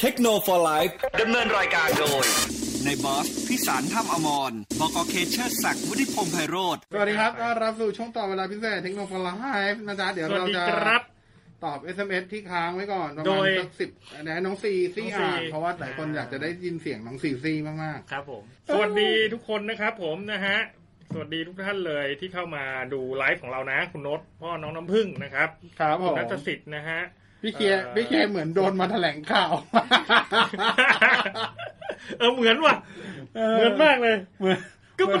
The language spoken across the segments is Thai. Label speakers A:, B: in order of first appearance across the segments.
A: เทคโนโลยีไลฟ์
B: ดำเนินรายการโดย
A: ในบอสพิสารถ้ำอมรบกเคเชอร์ศักดิ์วุฒิพงษ์ไพโรธ
C: สวัสดีครับต้อนรับสู่ช่วงต่อเวลาพิเศษเทคโนโลยีไ e นะจ๊ะ เดี๋ยว
D: สวัส
C: เรา
D: ดี
C: จะ
D: ครับ
C: ตอบ SMS ที่ค้างไว้ก่อนประ
D: โด
C: มาณ
D: ย
C: สักสิบนะน้องซีซี่
D: น้องซี
C: อ่านเพราะว่าหลายคน
D: อ่า
C: อยากจะได้ยินเสียงน้องซีซี่มาก
D: ครับผม สวัสดีทุกคนนะครับผมนะฮะ สวัสดีทุกท่านเลยที่เข้ามาดูไลฟ์ของเรานะ คุณนศพ่อน้องน้ำพึ่งนะครับ
C: ๆ ครับผ
D: คุณ
C: ม
D: นัทสิทธิ์นะ ฮะ
C: พี่เคยร์
D: เอ่อ
C: พี่เคยร์เหมือนโดนมาแถลง ข่าว
D: เออเหมือนว่ะ เหมือนมากเลย
C: เหมือน
D: ก็มัน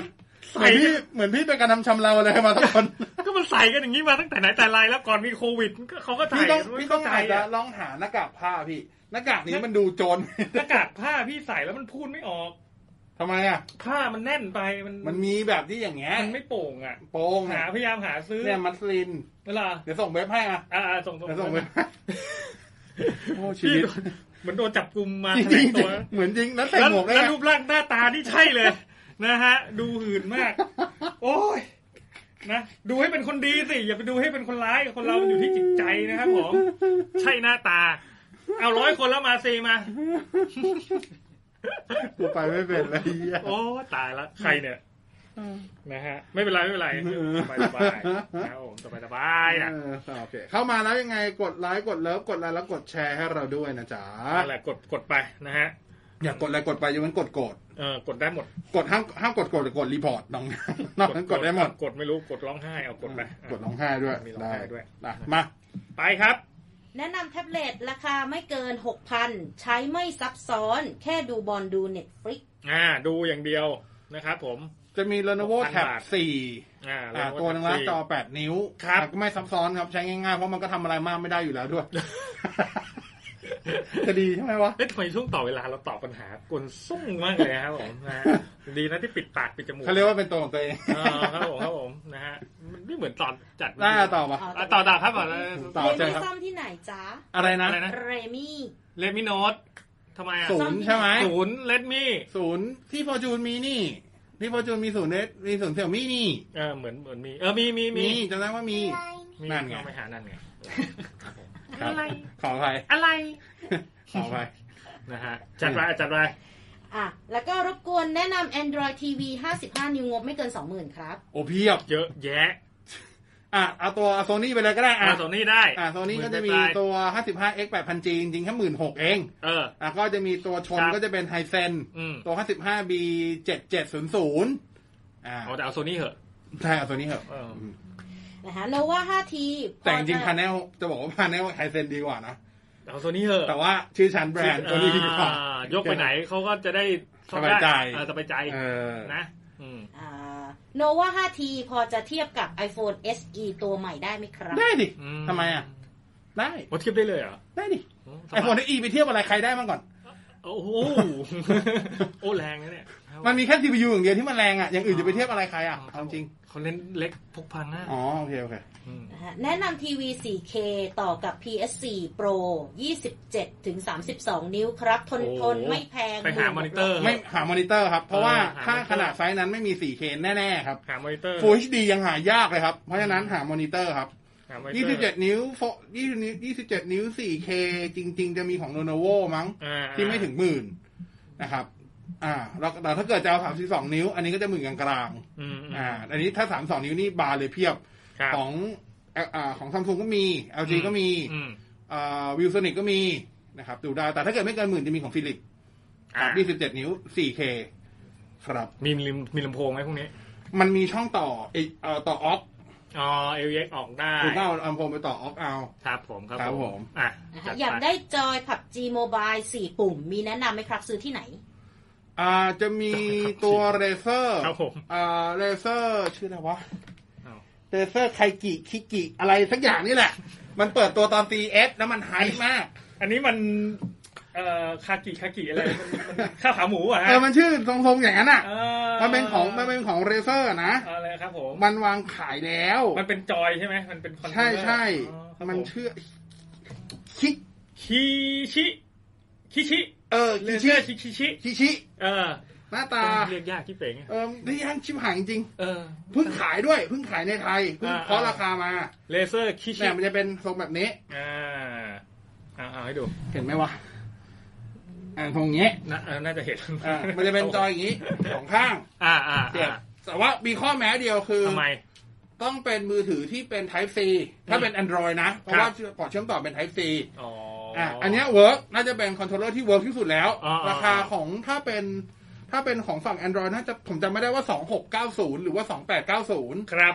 C: เหมือ
D: ใส่
C: นพี่
D: กัน
C: เหมือนพี่ไปกระทำชำเราเลยมาทุกคน
D: ก็มันใส่กันอย่างนี้มาตั้งแต่ไหนแต่ไรแล้วก่อนมีโควิดก็เขาก็ใส่
C: พี่ต้อง
D: ไม่
C: พี่ต้อง
D: เข้า
C: อาจ
D: ใจ
C: จะ
D: อะ
C: ลองหาหน้ากากผ้าพี่หน้ากากนี้มัน ดูโจร
D: หน้ากากผ้าพี่ใส่แล้วมันพูดไม่ออก
C: ทำไมอ่ะ
D: ผ้ามันแน่นไปมัน
C: มันมีแบบที่อย่างเงี้ย
D: มันไม่โป่งอ่ะ
C: โป้ง
D: หา
C: อะ
D: พยายามหาซื้อ
C: เนี่ยมัสลิน
D: เวลา
C: เดี๋ยวส่งเว็บให้อ่ะ
D: อ่าๆส่ง
C: เดี๋ยวส่งเว็บ โอ้ชี
D: พี่โด
C: วิต
D: นเหมือนโดนจับกลุ่มมา
C: จริง
D: แถล
C: จ
D: งตั
C: ริง
D: ว
C: เหมือนจริงแล้วใส่หมวกได้
D: แล้ว
C: ไง
D: รูปร่างหน้าตานี่ใช่เลย นะฮะ ดูหื่นมาก โอ้ยนะดูให้เป็นคนดีสิ อย่าไปดูให้เป็นคนร้ายคนเรามันอยู่ที่จิตใจนะครับผม ใช่หน้าตา เอาร้อยคนแล้วมาซีมา
C: กูไปไม่เป็นเลยเหี้ย
D: โอ้ตายละใครเนี่ยนะฮะ ไม่เป็นไรไม่เป็นไรสบายสบายนะครับผมสบายสบายนะ
C: เออโอเคเข้ามาแล้วยังไงกดไลค์กดเลิฟกดไลค์แล้วกดแชร์ให้เราด้วยนะจ๊ะ
D: นั่นแหละกดกดไปนะฮะ
C: อย่ากดอะไรกดไปอย่ามันกดโกรธ
D: เออกดได้หมด
C: กดห้ามห้ามกดโกรธหรือกดรีพอร์ตน้องนอกนั้นกดได้หมด
D: กดไม่รู้กดร้องไห้เอากดไป
C: กดร้องไห้ด้วย
D: มีร้องไห้ด้วย
C: นะมา
D: ไปครับ
E: แนะนำแท็บเล็ตราคาไม่เกิน 6,000 ใช้ไม่ซับซ้อน แค่ดูบอลดูเน็ตฟลิก
D: อ่า ดูอย่างเดียวนะครับผม
C: จะมี Lenovo
D: 6,000
C: Tab
D: บาท
C: 4
D: อ่า
C: อ่า
D: แล้วก็
C: ตัวหนึงละจอ 8 นิ้ว
D: ครับ
C: อ่ะก็ไม่ซับซ้อนครับใช้ง่ายๆเพราะมันก็ทำอะไรมากไม่ได้อยู่แล้ว ด้วย จะดีใช่ไหมวะ
D: เอ๊ะทำไมช่วงต่อเวลาเราตอบปัญหากวนซุ่งมากเลยครับผมนะ ฮะดีนะที่ปิดปากปิดจมูก
C: เขาเรียกว่าเป็นตัวของตัวเอง
D: เออครับผมครับผมนะฮะมันไม่เหมือนตอนจัด
C: น่าต่อปะ
D: อ่ะต่อต่อครับต่อเลย
C: ต่
E: เร
C: เชิญ
E: มี่
C: ครับ
E: ซ่อมที่ไหนจ๊ะ
C: อะไรนะ
D: อะไรนะ
E: เรมี่
D: เลดมิโนดทำไมอ่ะ
C: ศูนย์ใช่ไหม
D: ศูนย์เลดมี่
C: ศูนย์ที่ฟอร์จูนมีนี่ ที่ฟอร์จูนมีศูนย์เนสมีศูนย์เสี่ยวมี่นี่
D: เออเหมือนเหมือนมีเออมีมีมี
C: มีจำได้ว่ามี
D: มี
C: นั่นไง
D: เอาไปหานั่นไงครับผม
C: ครับขออภัย
D: อะไร
C: ขออภัย
D: นะฮะจัดไปจัดไป
E: อ่ะ แล้วก็รบกวนแนะนำ Android TV 55 นิ้วงบไม่เกิน 20,000 ครับ
C: โอ้เพียบ
D: เยอะแยะ
C: อ่ะเอาตัวโซนี่ไปเลยก็ได้อ่ะ
D: อ่าโซนี่ได้
C: อ่ะโซนี่ก็จะมี
D: หนปลาย
C: ตัว 55x 8,000G จริงๆแค่หมื่นหกเอง
D: ๆเออ
C: อ่ะก็จะมีตัวชน
D: ครับ
C: ก็จะเป็นไฮเซน
D: อืม
C: ตัว 55B 7700อ่า
D: เอาแต่เอาโซนี่เหอะ
C: ใช่เอาตัวนี้เหอะ
D: เอออื
C: ม
E: นะคะโนวา 5T
C: แต่จริงๆพาเนลจะบอกว่าพาเนลไฮเซนดีกว่านะ
D: เอาโซนี่เหอะ
C: แต่ว่าชื่อชั้นแบรนด์ตัวนี้ดีกว่า
D: ยกไปไหนเขาก็จะได้ซ่อม
C: ส
D: ได้
C: บายใจ
D: อ่าสบายใจ
C: เออ
D: นะอืม
E: โนวา 5T พอจะเทียบกับ iPhone SE ตัวใหม่ได้ไหมครับ
C: ได้ดิทำไมอ่ะ ได้
D: ว่าเทียบได้เลยเหรอ
C: ได้ดิ
D: ส
C: ไอบ
D: าย
C: โฟนอีไปเทียบอะไรใครได้มาก่อน
D: โอ้โห โอ้แรงนะเนี่ย
C: มันมีแค่ CPU อย่างเดียวที่มันแรงอ่ะ อย่างอื่นจะไปเทียบอะไรใครอ่ะเอาจริง
D: เขาเล่นเล็กพกพาง่าย
C: อ๋อ โอเค โอเค
D: ม
E: นะคะแนะนำทีวี 4K ต่อกับ PS4 Pro 27ถึง32 นิ้วครับ ทนทนไม่แพง
D: ไปหามอนิเตอร์
C: ไม่หามอนิเตอร์ครับ เพราะว่า
D: เออหา
C: ถ้าม
D: อนิเตอร์
C: ขนาดไซส์นั้นไม่มี 4K แน่ ๆ ครับ
D: หามอนิเตอร์
C: Full HD ยังหายากเลยครับ เพราะฉะนั้นหามอนิเตอร์ครับ
D: หามอนิเตอร์
C: 27 นิ้วโฟ20นิ้ว27 นิ้ว 4K จริง ๆ จะมีของ Lenovo มั้ง
D: อ่า
C: ที่ไม่ถึงหมื่นนะครับ อ่าแล้วแต่ถ้าเกิดจะเอา32 นิ้ว อันนี้ก็จะหมื่นกลางๆ
D: อืม
C: อ่า อันนี้ถ้า 32 นิ้วนี่บาร์เลยเพียบ
D: ครับ
C: ของเอ่ออ่าของซัมซุงก็มี LG ก็มี
D: อืม
C: อ่าวิวโซนิกก็มีนะครับดูได้ แต่ถ้าเกิดไม่เกินหมื่นจะมีของฟิลิปค
D: อ่า
C: รับ 27 นิ้ว 4K ครับ
D: มีลิมมีลำโพงไหมพวกนี้
C: มันมีช่องต่อเอเอ่อต่อออฟ
D: อ๋อเอลเอ็กออกได้
C: ถูกต้องเอาลำโพงไปต่อออฟเอา
D: ครับผมครับ
C: ครับผม
D: อ่ะ
E: นะคะ
D: จัป
E: อยากได้จอย PUBG Mobile 4 ปุ่ม มีแนะนำไหมครับ ซื้อ ที่ไหน
C: อ่าจะมีตัวเรเซอร์
D: ครับผม
C: อ่าเรเซอร์ชื่ออะไรวะ
D: อ้าว
C: เรเซอร์ไคกิคิกิอะไรสักอย่างนี่แหละ มันเปิดตัวตอน CS แล้วมันไฮป์มาก
D: อันนี้มัน เอ่อคากิคากิอะไรมันมันข้าวขาหมูอ่ะ
C: เออ มันชื่อทรงๆอย่างนั้นอ่ะ
D: เอ่อ
C: มันเป็นของมันเป็นของเรเซอร์นะ
D: อะไรครับผม
C: มันวางขายแล้ว
D: มันเป็นจอยใช่ไหมมันเป็นคอนโทรล
C: ใช่
D: เลอร์
C: ใช่
D: อ๋อครับ
C: มัน
D: ผ
C: ชื่อคิ
D: คิชิคิชิ
C: เออ
D: เล
C: คิ
D: เซ
C: ชิ
D: อร์คิคิชิ
C: คิชิ
D: เออ
C: หน้าตา
D: เรียกยากที่เป๋งอะ
C: เออนี่ยังชิบหายจริง
D: เออ
C: ๆเพิ่งขายด้วยเพิ่งขายในไทยเพิ่ง
D: อ่า
C: เคาะราคามา
D: เลเซอร์คิชิ
C: เนี่ยมันจะเป็นทรงแบบนี้
D: อ่าอ่าเอาให้ดู
C: เห็นไหมวะ อ่าตรงเงี้ย
D: น่าเออน่าจะเห็น
C: อ่ามันจะเป็นจอยอย่างนี้สองข้าง
D: อ่าอ่า
C: เสียบ
D: อ่า
C: แต่ว่ามีข้อแม้เดียวคือ
D: ทำไม
C: ต้องเป็นมือถือที่เป็น Type C ถ้าเป็น Android นะ เพราะว่าพอร์ตเชื่อมต่อเป็น Type C
D: อ๋ออ
C: อ่ะอันเนี้ยเวิร์กน่าจะเป็นคอนโทรลเลอร์ที่เวิร์กที่สุดแล้ว
D: อ่า
C: ราคาของถ้าเป็นถ้าเป็นของฝั่ง Android น่าจะผมจำไม่ได้ว่า 2690 หรือว่า 2890
D: ครับ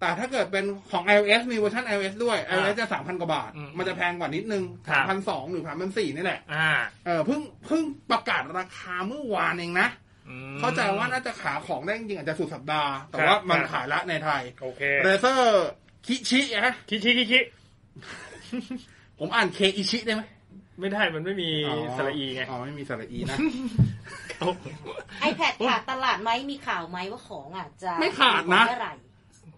C: แต่ถ้าเกิดเป็นของ iOS มีเวอร์ชัน iOS ด้วย
D: อ่า
C: iOS จะ 3,000 กว่าบาท
D: อืม
C: มันจะแพงกว่านิดนึง
D: ครับ
C: 3,200หรือ3,400นี่แหละ
D: อ่า
C: เออเพิ่งเพิ่งประกาศราคาเมื่อวานเองนะ
D: อืม
C: เข้าใจว่าน่าจะขายของได้จริงๆอาจจะสุดสัปดาห์ แต่
D: ครับ
C: ว่ามัน
D: ครับ
C: ขายละในไทย
D: โอเค
C: เรเซอร์คิชิฮะ
D: คิชิคิชิ
C: ผมอ่านเคอิชิได้ไหม
D: ไม่ได้มันไม่มีสระอีไง
C: อ๋อ ไม่มีสระอีนะ
D: โอ้โห
E: iPad ขาดตลาดไหมมีข่าวไหมว่าของอาจจะ
C: ไม่ขาดนะ
E: เมื่อไหร่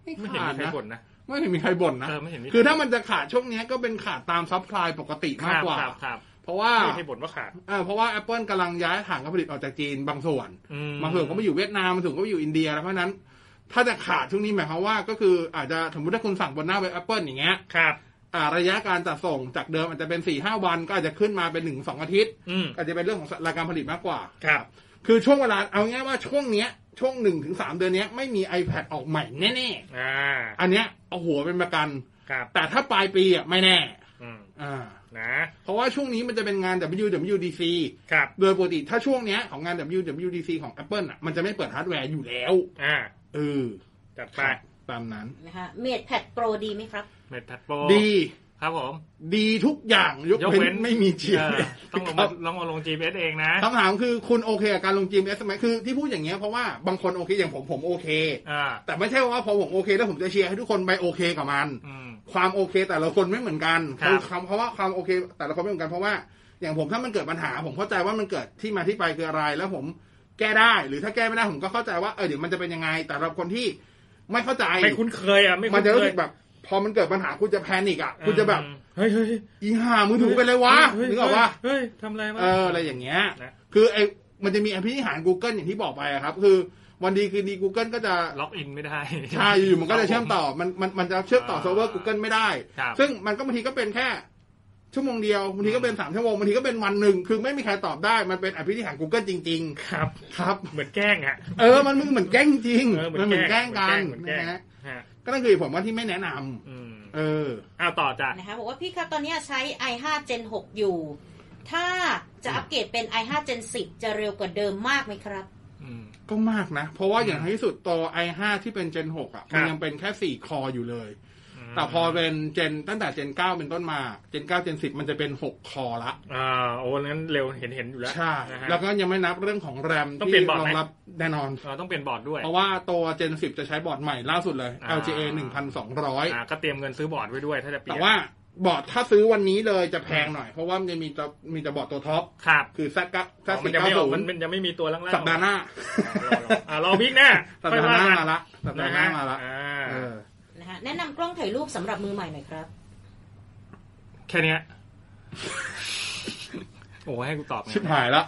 D: ไม่เห็นมีใครบ่นนะ
C: ไม่เห็นมีใครบ่นนะ
D: เออไม่เห็นมี
C: คือถ้ามันจะขาดช่วงเนี้ยก็เป็นขาดตามซัพพลายปกติมากกว่า
D: ครับครับ
C: เพราะว่า
D: ครับไม่มีใครบ่นว่าขาด
C: เออเพราะว่า Apple กำลังย้ายฐานการผลิตออกจากจีนบางส่วน
D: อืม
C: บางส่วนก็ไปอยู่เวียดนามบางส่วนก็ไปอยู่อินเดียแล้วเพราะฉะนั้น ถ้าจะขาดช่วงนี้หมายความว่าก็คืออาจจะสมมติถ้าคุณสั่งบนหน้าเว็บ Apple อย่างเงี้ย
D: ครับ
C: อ่าระยะการจัดส่งจากเดิมอาจจะเป็น4ี่ห้าวันก็อาจจะขึ้นมาเป็นหนึ่งสองอาทิตย์
D: อืม
C: อาจจะเป็นเรื่องของรายการผลิตมากกว่า
D: ครับ
C: คือช่วงเวลาเอาง่ายๆว่าช่วงเนี้ยช่วงหนึ่งถึงสามเดือนเนี้ยไม่มี iPad ออกใหม่แน่
D: อ่า
C: ๆ อันเนี้ยเอาหัวเป็นประกัน
D: ครับ
C: แต่ถ้าปลายปีอ่ะไม่แน่
D: อืม
C: อ่า
D: นะ
C: เพราะว่าช่วงนี้มันจะเป็นงาน WWDC
D: ครับ
C: โดยปกติถ้าช่วงเนี้ยของงาน WWDC ของ Apple อ่ะมันจะไม่เปิดฮาร์ดแวร์อยู่แล้ว
D: อ่า
C: เออ
D: จัดไป
C: ครับตามนั้น
E: นะคะเมดแพดโปรดีไหมครับ
D: เม็ดแพดโปร
C: ดี
D: ครับผม
C: ดีทุกอย่างยก
D: ยก
C: เว้
D: เว้
C: น
D: น
C: ไม่มี
D: เออ
C: GPS
D: ต้องลง
C: ค
D: มา
C: รับ
D: ต้องมาลง GPS เองนะ
C: คำถามคือคุณโอเคกับการลง GPS ไหมคือที่พูดอย่างเงี้ยเพราะว่าบางคนโอเคอย่างผมผมโอเค
D: อ่า
C: แต่ไม่ใช่ว่าพอผมโอเคแล้วผมจะเชียร์ให้ทุกคนไปโอเคกับมัน
D: อืม
C: ความโอเคแต่ละคนไม่เหมือนกัน
D: ครับ
C: คำเพราะว่าความโอเค แต่ละคนไม่เหมือนกันเพราะว่าอย่างผมถ้ามันเกิดปัญหา ผมเข้าใจว่ามันเกิดที่มาที่ไปคืออะไร แล้วผมแก้ได้ หรือถ้าแก้ไม่ได้ผมก็เข้าใจว่าเออเดี๋ยวมันจะเป็นยังไง แต่สำหรับคนที่ไม่เข้าใจ
D: ไม่คุ้นเคยอ่ะไม่
C: มั
D: คุ้
C: น
D: น
C: จะรู้
D: เคย
C: สึกแบบ พอมันเกิดปัญหาคุณจะแพนิกอ่ะคุณจะแบบ
D: อืมเฮ้ยเฮ้ยเฮ้ย
C: อีห่ามือถือเป็นไรวะ
D: เฮ้ย
C: นึกออกปะ
D: เฮ้ยเฮ้ยทำอะไรมา
C: เอออะไรอย่างเงี้ย
D: นะ
C: คือไอ้มันจะมีอภินิหาร Google อย่างที่บอกไปอะครับ คือวันดีคืนดี Google ก็จะ
D: ล็อกอินไม่ได้
C: ใช่อยู่ๆมันก็จะเชื่อมต่อ มันมันมันจะเชื่อมต่อเซิร์ฟเวอร์ Google ไม่ได้
D: ครับ
C: ซึ่งมันก็บางทีก็เป็นแค่ ชั่วโมงเดียวบางทีก็เป็นสามชั่วโมงบางทีก็เป็นวันหนึ่ง คือไม่มีใครตอบได้ มันเป็นอภินิหาร Google จริง
D: ครับ
C: ๆ ครับ
D: เหมือนแกล้งอ่ะ
C: เออ มันเหมือนแกล้งจริง
D: เออ
C: มันเหมือนแกล้งกัน
D: เหมือนแกล้
C: นะ
D: ง
C: ฮะ
D: ฮะ
C: ก็นั่นคือผมว่าที่ไม่แนะนำ
D: อืม
C: เออ
D: อ้าวต่อจ้ะ
E: นะคะบอกว่าพี่ครับตอนเนี้ยใช้ i5 Gen 6 อยู่ ถ้าจะอัปเกรดเป็น i5 Gen 10 จะเร็วกว่าเดิมมากไหมครับ
D: อืม
C: ก็มากนะ เพราะว่าอย่างท้ายที่สุดตัว i5 ที่เป็น Gen 6อ่ะ
D: ครับ
C: มันยังเป็นแค่ 4 คออยู่เลย แต่พอเป็นเจนตั้งแต่เจนเก้าเป็นต้นมาเจนเก้าเจนสิบมันจะเป็นหกคอละ
D: อ่าโอ้งั้นเร็วเห็นเห็นอยู่แล้ว
C: ใช่
D: นะฮะ
C: แล้วก็ยังไม่นับเรื่องของแรม
D: ต้อง
C: ที่
D: เปลี่ยนบอร์ด
C: รอ
D: ไหม
C: งรับแน่นอน
D: เราต้องเปลี่ยนบอร์ดด้วย
C: เพราะว่าตัวเจนสิบจะใช้บอร์ดใหม่ล่าสุดเลย
D: อ่า
C: LGA
D: อ่า
C: 1,200
D: ก็เตรียมเงินซื้อบอร์ดไว้ด้วยถ้าจะเปลี่
C: แต่
D: ยน
C: ว่าบอร์ดถ้าซื้อวันนี้เลยจะแพงหน่อย เพราะว่ามันจะมีจะมีแต่บอร์ดตัวท็อป
D: ครับ
C: คือ Z กับ Z
D: อ๋อมันยังไม่ออกมันมันยังไม่มีตัวล่างๆ
C: สัปดาห์หน้า
D: อ่ารอพิกหน้า
C: สัป
D: ค่อย
C: ดาห์
D: ว่
C: ห
D: กัน
C: น้ามาละสัปดาห์หน้ามาละ
D: อ่
C: เออ
E: นะคะแนะนำกล้องถ่ายรูปสำหรับมือใหม่หน่อยครับ
D: แค่ เนี้ยโอ้ให้กูตอบไง
C: ชิบหายละ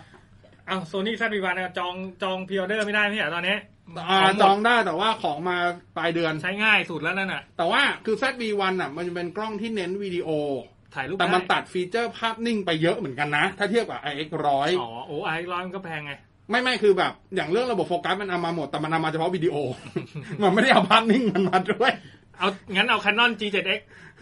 D: อ้าวโซนี่แซดวีวันจองจองพิออเดอร์ไม่ได้ไม่ใช่เหรอตอนนี้
C: อ่า
D: ขหมด
C: จองได้แต่ว่าของมาปลายเดือน
D: ใช้ง่ายสุดแล้วนั่นน่ะ
C: แต่ว่าคือ ZV1 อ่ะมันจะเป็นกล้องที่เน้นวิดีโอ
D: ถ่ายรูป
C: แต่มัน
D: ไ
C: ตัดฟีเจอร์ภาพนิ่งไปเยอะเหมือนกันนะ ถ้าเทียบกับ iX ร้อย
D: อ๋อโอ้ไอ้ร้อนก็แพงไง
C: ไม่ไม่คือแบบ อย่างเรื่องระบบโฟกัสมันเอามาหมด แต่มันเอามาเฉพาะวิดีโอ มันไม่ได้เอาภาพนิ่งมันมาด้วย
D: เอางั้นเอา Canon G7X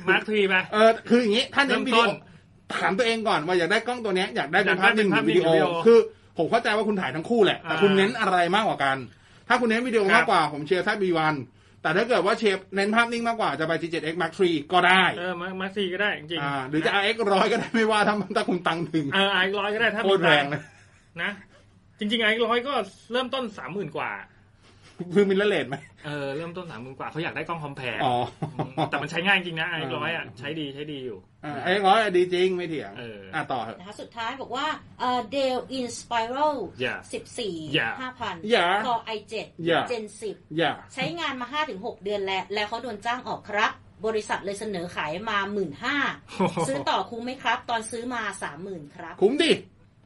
D: Mark III ไป
C: เออคืออย่างนี้ ถ้าเน้นวิดี
D: เริ่
C: โอ
D: มต้น
C: ถามตัวเองก่อนว่าอยากได้กล้องตัวเนี้ยอยากได้เป็นภาพนิ่งห
D: อยากได้เป็นภาพ
C: รือวิดีโอ
D: นิ่งหรือวิดีโอ
C: คือ ผมเข้าใจว่าคุณถ่ายทั้งคู่แหละ แต่
D: อ่า
C: คุณเน้นอะไรมากกว่ากัน ถ้าคุณเน้นวิดีโอ
D: ครับ
C: มากกว่าผมเชียร์ ZV1 แต่ถ้าเกิดว่าเชฟเน้นภาพนิ่งมากกว่าจะไป G7X Mark III ก็ได้
D: เออ Mark Mark III ก็ได้จริงๆ
C: อ่าหรือจะ RX ร้อยก็ได้ไม่ว่าถ้ามันถ้ าคุณตังค์ถึง
D: เออไอ้ร้อยก็ได้ถ้า
C: โค
D: มี
C: ตรแรง
D: ตัค์
C: เลย
D: นะ จริงๆไอ้ร้อยก็เริ่มต้นสามหมื่นกว่า
C: คือมิลเลอร์เลนไหม
D: เออเริ่มต้นสามหมื่นกว่าเขาอยากได้กล้องคอมแพร์
C: อ๋อ
D: แต่มันใช้ง่ายจริงนะไอ้ร้อยอ่ะใช้ดีใช้ดีอยู่
C: อ่าไอ้ร้อยอะดีจริงไม่เถียง
D: เอออ่
C: อ่ะต่อเถอะ
E: นะคะสุดท้ายบอกว่าเอ่อ Dell Inspiral
D: Yeah
E: 14 5,000
C: Yeah
E: Core i7
C: Yeah
E: Gen
C: อย่า
E: 10 ใช้งานมา 5-6 เดือนแล้ว แล้วเขาโดนจ้างออกครับ บริษัทเลยเสนอขายมา 1 5ื่น ซื้อต่อคุ้มไหมครับ ตอนซื้อมา 30,000 ครับ
C: คุ้มดิ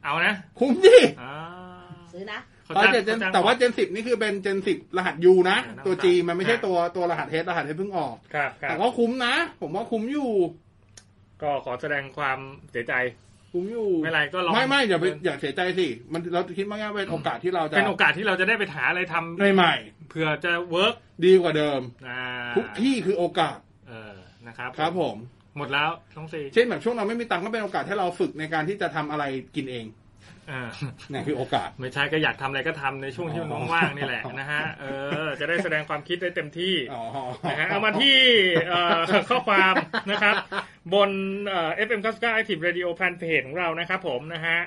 D: เอานะ
C: คุ้มดิ
D: อ่า
E: ซื้อนะ
D: เขา
C: ตอน
D: จ้าง
C: เจ็ดเจน
D: ขจ้ง
C: แต่ว่าเจนสิบนี่คือเป็นเจนสิบรหัสยูนะ
D: อ่า
C: ตัว G มันไม่ใช่
D: อ่า
C: ตัวตัวรหัสเฮดรหัสเฮดเพิ่งออก
D: ครับครั
C: แต่
D: บ
C: ก็คุ้มนะ ผมว่าคุ้มอยู่
D: ก็ขอแสดงความเสียใจ
C: คุ้มอยู่
D: ไม่เป็นไรก็ลอง
C: ไม่ไม่อย่าไปอย่าเสียใจสิมันเราคิดมากๆเป็นโอกาสที่เราจะ
D: เป็นโอกาสที่เราจะได้ไปหาอะไรทำ
C: ใหม่
D: เผื่อจะเวิร์ก
C: ๆดีกว่าเดิม
D: อ่า
C: ทุกที่คือโอกาส
D: เออนะครับ
C: ครับผม
D: หมดแล้วท้องซี
C: เช่นแบบช่วงเราไม่มีตังค์ก็เป็นโอกาสให้เราฝึกในการที่จะทำอะไรกินเอง
D: อ่า
C: เนี่ยคือโอกาส
D: ไม่ใช่ก็อยากทำอะไรก็ทำในช่วงที่มันว่างๆนี่แหละนะฮะเออจะได้แสดงความคิดได้เต็มที่
C: อ๋อ
D: นะฮะเอามาที่เอ่ อข้อความนะครับ บนเอ่อ FM 99 Active Radio แฟนเพจของเรานะครับผมนะฮะ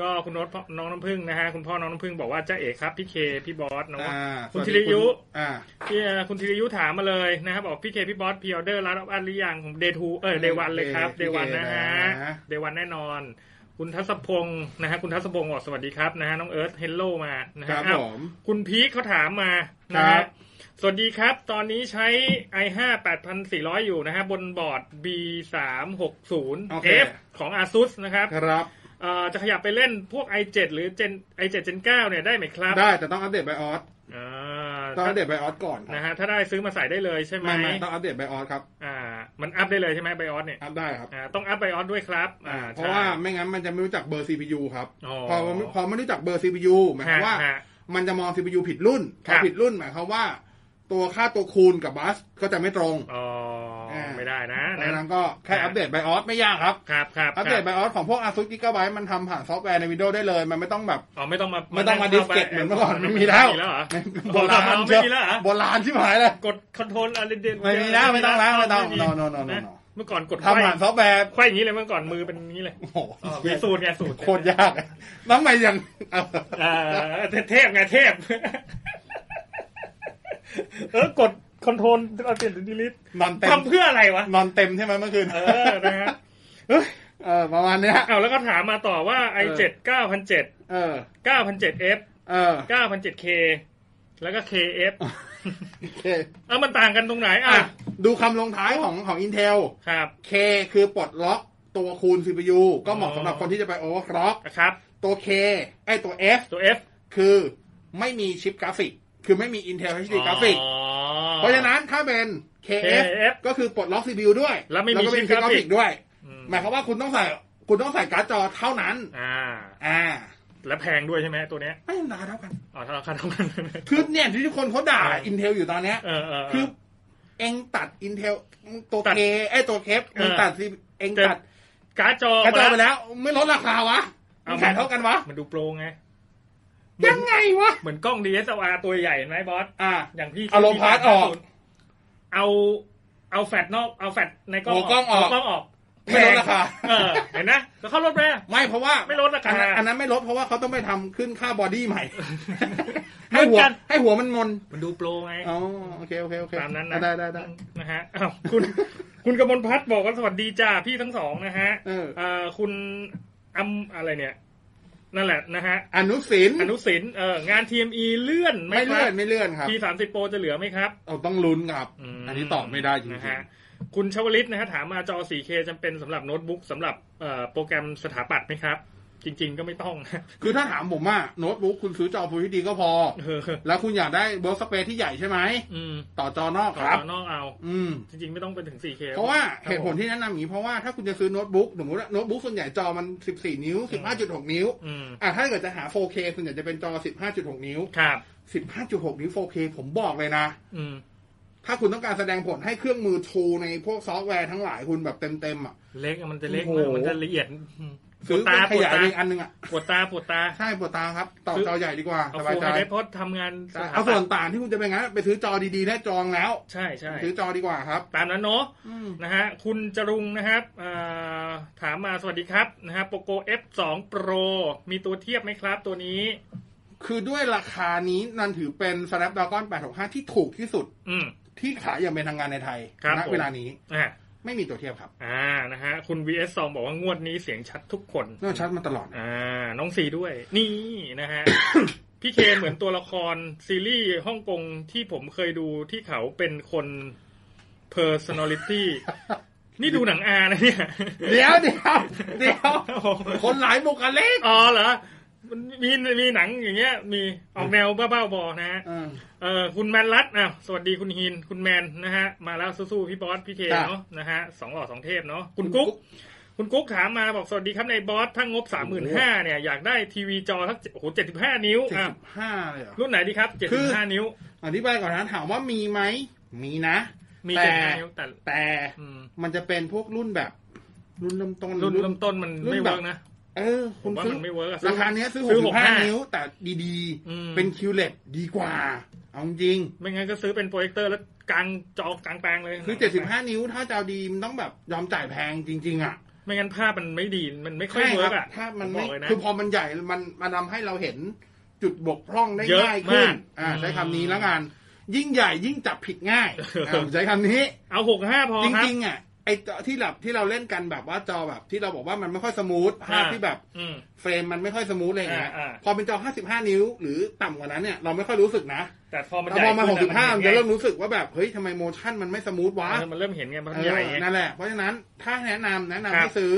D: ก็คุณโน้ตพ่อน้องน้ำพึ่งนะฮะคุณพ่อน้องน้ำพึ่งบอกว่าจ้าเอกครับพี่เคพี่บอสน้อง
C: อ่า
D: คุณธีรยุ
C: อ่า
D: พี่เอ่อคุณธีรยุถามมาเลยนะครับบอกพี่เคพี่บอสพีออเดอร์ร้านอันหรือยังผมเดทูเออเดวันเลยครับเดวันนะฮะเดวันแน่นอน คุณทัศพงศ์นะฮะคุณทัศพงศ์บอกสวัสดีครับนะฮะน้องเอิร์ธเฮลโลมานะ
C: ค
D: ฮะ
C: รับ
D: อ้าว
C: ผม
D: คุณพีคเขาถามมานะ
C: ครั
D: ฮะ
C: บ
D: สวัสดีครับ ตอนนี้ใช้ i5 8400 อยู่นะฮะบนบอร์ด
C: โอเค
D: B360F ของ ASUS นะครับ
C: ครับ
D: เอ่อจะขยับไปเล่นพวก i7 หรือ Gen i7 Gen 9เนี่ยได้ไหมครับ
C: ได้แต่ต้องอัปเดตไบออส
D: อ่า
C: ต้องอัปเดตไบออสก่อนครับ
D: นะฮะถ้าได้ซื้อมาใส่ได้เลยใช่ไหม
C: ไม่ไม่ต้องอัปเดตไบออสครับ
D: อ่ามันอัพได้เลยใช่ไหมไบออสเนี่ย
C: อัปได้ครับ
D: อ่าต้องอัพไบออสด้วยครับอ่า
C: เพราะว่า
D: ใช่
C: ไม่งั้นมันจะไม่รู้จักเบอร์ CPU ครับ
D: อ๋อ
C: พอมันพอไม่รู้จักเบอร์ CPU หมายความว่า
D: ฮะ
C: มันจะมอง CPU ผิดรุ่น
D: ครั
C: พอบ ผิดรุ่นหมายความว่า ตัวค่าตัวคูณกับบัสก็จะไม่ตรง
D: อ๋อไม่ได้นะ
C: ดัง
D: นะ
C: นั้นก็แค่อัปเดตไบออสไม่ยากครับ
D: ครับครับ
C: อัปเดต
D: ค
C: ไบ
D: รับ
C: ออสของพวก ASUS Gigabyte มันทำผ่านซอฟต์แวร์ใน Windows ได้เลย มันไม่ต้องแบบ
D: อ๋อไม่ต้องมา
C: ไม่ต้องมาดิสเกต
D: ข้าไป
C: เหมือนเมื่อก่อนไม่มีแล้ว
D: เหรอ
C: โบราณ
D: อ๋อ
C: เชี
D: ไม่มี
C: ยว
D: แล้วเหรอ
C: โบราณชิบหายเลย
D: กดคอนโทรลอะไรเดน
C: ไม่มีแล้วไม่ต้องแล้วไม่ต้อง
D: มี
C: no no no no
D: นะ
C: no
D: เมื่อก่อนกด
C: ทำผ่านซอฟต์แวร์
D: ควายอย่างนี้เลยเมื่อก่อนมือเป็นอย่างนี้เลย
C: โอ้โห
D: อ๋อมีสูตรไงสูตร
C: โคตรยากน้ำใหม่ยัง
D: เออเทพไงเทพ เออกดคอนโทรลเอาเปลี่ยนดิลิท
C: นอนเต็ม
D: ทำเพื่ออะไรวะ
C: นอนเต็มใช่ไหมเมื่อคืน
D: เออนะฮะเอ้ย
C: เออประมาณเนี้ย
D: เอาแล้วก็ถามมาต่อว่า i7 9007
C: เออ
D: 9007F
C: เออ
D: 9007K แล้วก็ KF
C: โอเค
D: เอ้ามันต่างกันตรงไหนอ่ะ
C: อ่ะดูคำลงท้ายของของ Intel
D: ครับ
C: K คือปลดล็อกตัวคูณ CPU ก็เหมาะสำหรับคนที่จะไป overclock
D: นะครับ
C: ตัว K ไอยตัว F
D: ตัว F
C: คือไม่มีชิปกราฟิก คือไม่มี Intel HD กราฟิก
D: อ๋อ
C: เพราะฉะนั้นถ้าเป็น KF
D: KF
C: ก็คือปลดล็อก CPU ด้วย
D: แล้วไม่มี
C: ก็
D: ชิปกราฟิก
C: ด้วย
D: อืม
C: หมายความว่าคุณต้องใส่ คุณต้องใส่การ์ดจอเท่านั้น
D: อ่า
C: อ่า
D: แล้วแพงด้วยใช่ไหมตัวเนี้ย
C: ไม่ธรรมดาเท่ากัน
D: อ๋อถ้าเราคาดกัน
C: คือเนี่ยที่ทุกคนเขาด่า
D: เออ
C: Intel อยู่ตอนเนี้ย
D: เออเออเอ
C: คือ
D: อ
C: เองตัด Intel ตัว
D: ตัด
C: K ไอยตัว K มึงตัด CPU เองตัด
D: การ์ดจอ
C: การ์ดจอไป
D: มา
C: แล้ว ไม่ลดราคาวะ
D: เอามึ
C: งขายเท่ากันวะ
D: มันดูโปรไง
C: ยังไงวะ
D: เหมือนกล้อง DSLR ตัวใหญ่เห็นไหมบอส
C: อ่า
D: อย่างพี่
C: เอาลมพัดออก
D: เอา เอาแฟลชนอก เอาแฟลชในกล้อง
C: หัวกล้องออก
D: หัวกล้องออก
C: ไม่ลดราคา
D: เออ เห็นนะแล้วเข้ารถไป
C: ไม่เพราะว่า
D: ไม่ลดราคา
C: อันนั้นอันนั้นไม่ลดเพราะว่าเขาต้องไปทำขึ้นค่าบอดี้ใหม่ ให้
D: เหมือ
C: หัวน
D: กัน
C: ให้หัวมันมน
D: มันดูโปรไง
C: อ๋อโอเคโอเคโอเค
D: ตามนั้นนะ
C: ได้ได้ได้
D: นะฮะอ้าวคุณ คุณกมลพัฒน์บอกว่าสวัสดีจ้าพี่ทั้งสองนะฮะ
C: เออ
D: อคุณอำอะไรเนี่ย นั่นแหละนะฮะ
C: อนุสิน
D: อนุสินเอองาน TME เลื่อนไหม
C: ไม่
D: ค
C: เลื่
D: รั
C: อน
D: บ
C: ไม่เลื่อนครับ
D: พีสามสิบโปรจะเหลือไหมครับ
C: เราต้องลุ้นครับ
D: ม
C: อันนี้ตอบไม่ได้จริง
D: นะฮะคุณชวลิตนะฮะถามมาจอ 4K จำเป็นสำหรับโน้ตบุ๊กสำหรับเอ่อโปรแกรมสถาปัตย์ไหมครับ จริง ๆ ก็ไม่ต้องนะ
C: ๆคือถ้าถามผมว่าโน้ตบุ๊กคุณซื้อจอ Full HD ก็พอ
D: เออ
C: แล้วคุณอยากได้เบิร์กสเปซที่ใหญ่ใช่ไหม
D: อืม
C: ต่อจอนอก
D: ต่อ
C: ครับ
D: จอนอกเอา
C: อืม
D: จริง ๆ ไม่ต้องเป็นถึง 4K
C: เพราะว่า
D: ครับ
C: เหตุผลที่แนะนำอย่างนี้เพราะว่าถ้าคุณจะซื้อโน้ตบุ๊กสมมติว่าโน้ตบุ๊กส่วนใหญ่จอมัน 14 นิ้ว 15.6 นิ้ว
D: อืม
C: อ่ะถ้าเกิดจะหา 4K ส่วนใหญ่จะเป็นจอ 15.6 นิ้ว
D: ครับ
C: 15.6 นิ้ว 4K ผมบอกเลยนะ
D: อืม
C: ถ้าคุณต้องการแสดงผลให้เครื่องมือทูในพวกซอฟต์แวร์ทั้งหลายคุณแบบเต็มๆอ่ะ
D: เล็กอะมันจะเล็ก
C: โอ้
D: มาก
C: โห
D: มันจะละเอียด
C: ซื้อ
D: ปวดตา
C: ขยา
D: ปวด
C: ย
D: ตา
C: ไปอีกอันหนึงอ่ะ
D: ปวดตาปวดตา
C: ใช่ปวดตาครับ ต่อ
D: ซื้อ
C: จอใหญ่ดีกว่า
D: เอาฟู
C: สบาย
D: ล
C: ใจ
D: ไฮไดพอดทำงานส
C: ใช่
D: ถา
C: เอา
D: ปั
C: ส่ว
D: ต
C: น
D: ย์
C: ต่างที่คุณจะไปงั้นไปซื้อจอดีๆได้จองแล้ว
D: ใช่ใช่
C: ซื้อจอดีกว่าครับ
D: ตามนั้นเนาะ
C: อืม
D: นะฮะคุณจรุงนะครับอ่าถามมาสวัสดีครับนะฮะโปโก F2 Pro มีตัวเทียบไหมครับตัวนี้
C: คือด้วยราคานี้นันถือเป็น Snapdragon 865 ที่ถูกที่สุด
D: อืม
C: ที่ขายอย่างเป็นทางการในไทย
D: ครับ
C: ณ
D: ผม
C: เวลานี้
D: อ่า
C: ไม่มีตัวเทียบครับ
D: อ่านะฮะคุณ VS2 บอกว่างวดนี้เสียงชัดทุกคน
C: นอกชัดมาตลอดนะ
D: อ่าน้องซีด้วย นี่นะฮ ะ พี่เคนเหมือนตัวละครซีรีส์ฮ่องกงที่ผมเคยดูที่เขาเป็นคน personality นี่ดูหนังอานะเนี่ย
C: เดี๋ยวเดี๋ยวเดี๋ยวคนหลายบุคลิก
D: อ๋อเหรอมันมีมีหนังอย่างเงี้ย มีออกแนวบ้าๆบอๆนะฮะ
C: เออ
D: เออคุณแมนรัตน์อ่ะสวัสดีคุณฮิน คุณแมนนะฮะ มาแล้วสู้ๆพี่บอส พี่เค
C: จ้ะ
D: เนาะนะฮะสองหล่อสองเทพเนาะ คุณ
C: คุณกุ๊
D: กุ๊ก
C: ก
D: คุณกุ๊กถามมาบอกสวัสดีครับในบอสถ้างบสามหมื่นห้าเนี่ยอยากได้ทีวีจอสักโอ้โหเจ็ดสิบห้านิ้ว
C: เจ็ด
D: อ่ะ
C: สิบห้าเลยเหรอ
D: รุ่นไหนดีครับเจ็ด
C: คื
D: สิ
C: อ
D: บห้านิ้ว
C: อธิบายก่อนนะถามว่ามีไหม มีนะ
D: มี
C: แต่
D: เจ็ดสิบห้านิ้วแต่
C: แต่
D: อืม
C: มันจะเป็นพวกรุ่นแบบ รุ่นเริ่มต้น
D: รุ่นเริ่มต้นมัน
C: รุ่น
D: ไม่
C: แบ
D: เวิ
C: บ
D: ร์กนะ
C: เออคุณ
D: ผมว่า
C: ซื้อ
D: มันไม่เวิร์กอะ
C: ราคาเนี้ยซื้อ
D: ซื้อ
C: หกห้า
D: 65
C: นิ้ว แต่ดี
D: อืม
C: ๆ เป็นคิวเลตดีกว่า เอาจริง
D: ไม่งั้นก็ซื้อเป็นโปรเจคเตอร์แล้วกางจอกางแปลงเลย
C: คือ 75 นิ้ว ถ้าจะเอาดีมันต้องแบบยอมจ่ายแพงจริง ๆ อ่ะ
D: ไม่งั้นภาพมันไม่ดีมันไม่ค่อย
C: ใช่
D: เวิ
C: ค
D: ร์ก
C: รั
D: อ่ะ
C: ถ้ามัน
D: ผบ
C: ไม่
D: อกเลยนะ
C: คือพอมันใหญ่มันมันทำให้เราเห็นจุดบกพร่องได้
D: เยอะ
C: ง่ายขึ้น
D: มาก
C: อ่าใช้
D: อืม
C: คำนี้แล้วกัน ยิ่งใหญ่ยิ่งจับผิด ง่าย
D: เอออ่
C: าผมใช้คำนี้
D: เอาหกห้าพอ
C: จ
D: ครับ
C: ริงๆอ่ะไอ้จอที่แบบที่เราเล่นกันแบบว่าจอแบบที่เราบอกว่ามันไม่ค่อยสมูทภาพที่แบบ
D: อืม
C: เฟรมมันไม่ค่อยสมูทอะไรอย่างเงี้ย
D: อ่าอ่า
C: พอเป็นจอ 55 นิ้ว หรือต่ำกว่านั้นเนี่ยเราไม่ค่อยรู้สึกนะ
D: แต่พอมัน
C: แต่พอมา
D: ขึ้นะ
C: 65 มันจะ
D: ห็
C: เริ่มรู้สึกว่าแบบเฮ้ยทำไมโมชั่นมันไม่สมูทวะ
D: นไงมันเริ่มเห็นไงมัน
C: เออ
D: ใหญ่ไง
C: นั่นแหละ เพราะฉะนั้นถ้าแนะนำแนะ
D: ค
C: นำ
D: รับ
C: ให้ซื้อ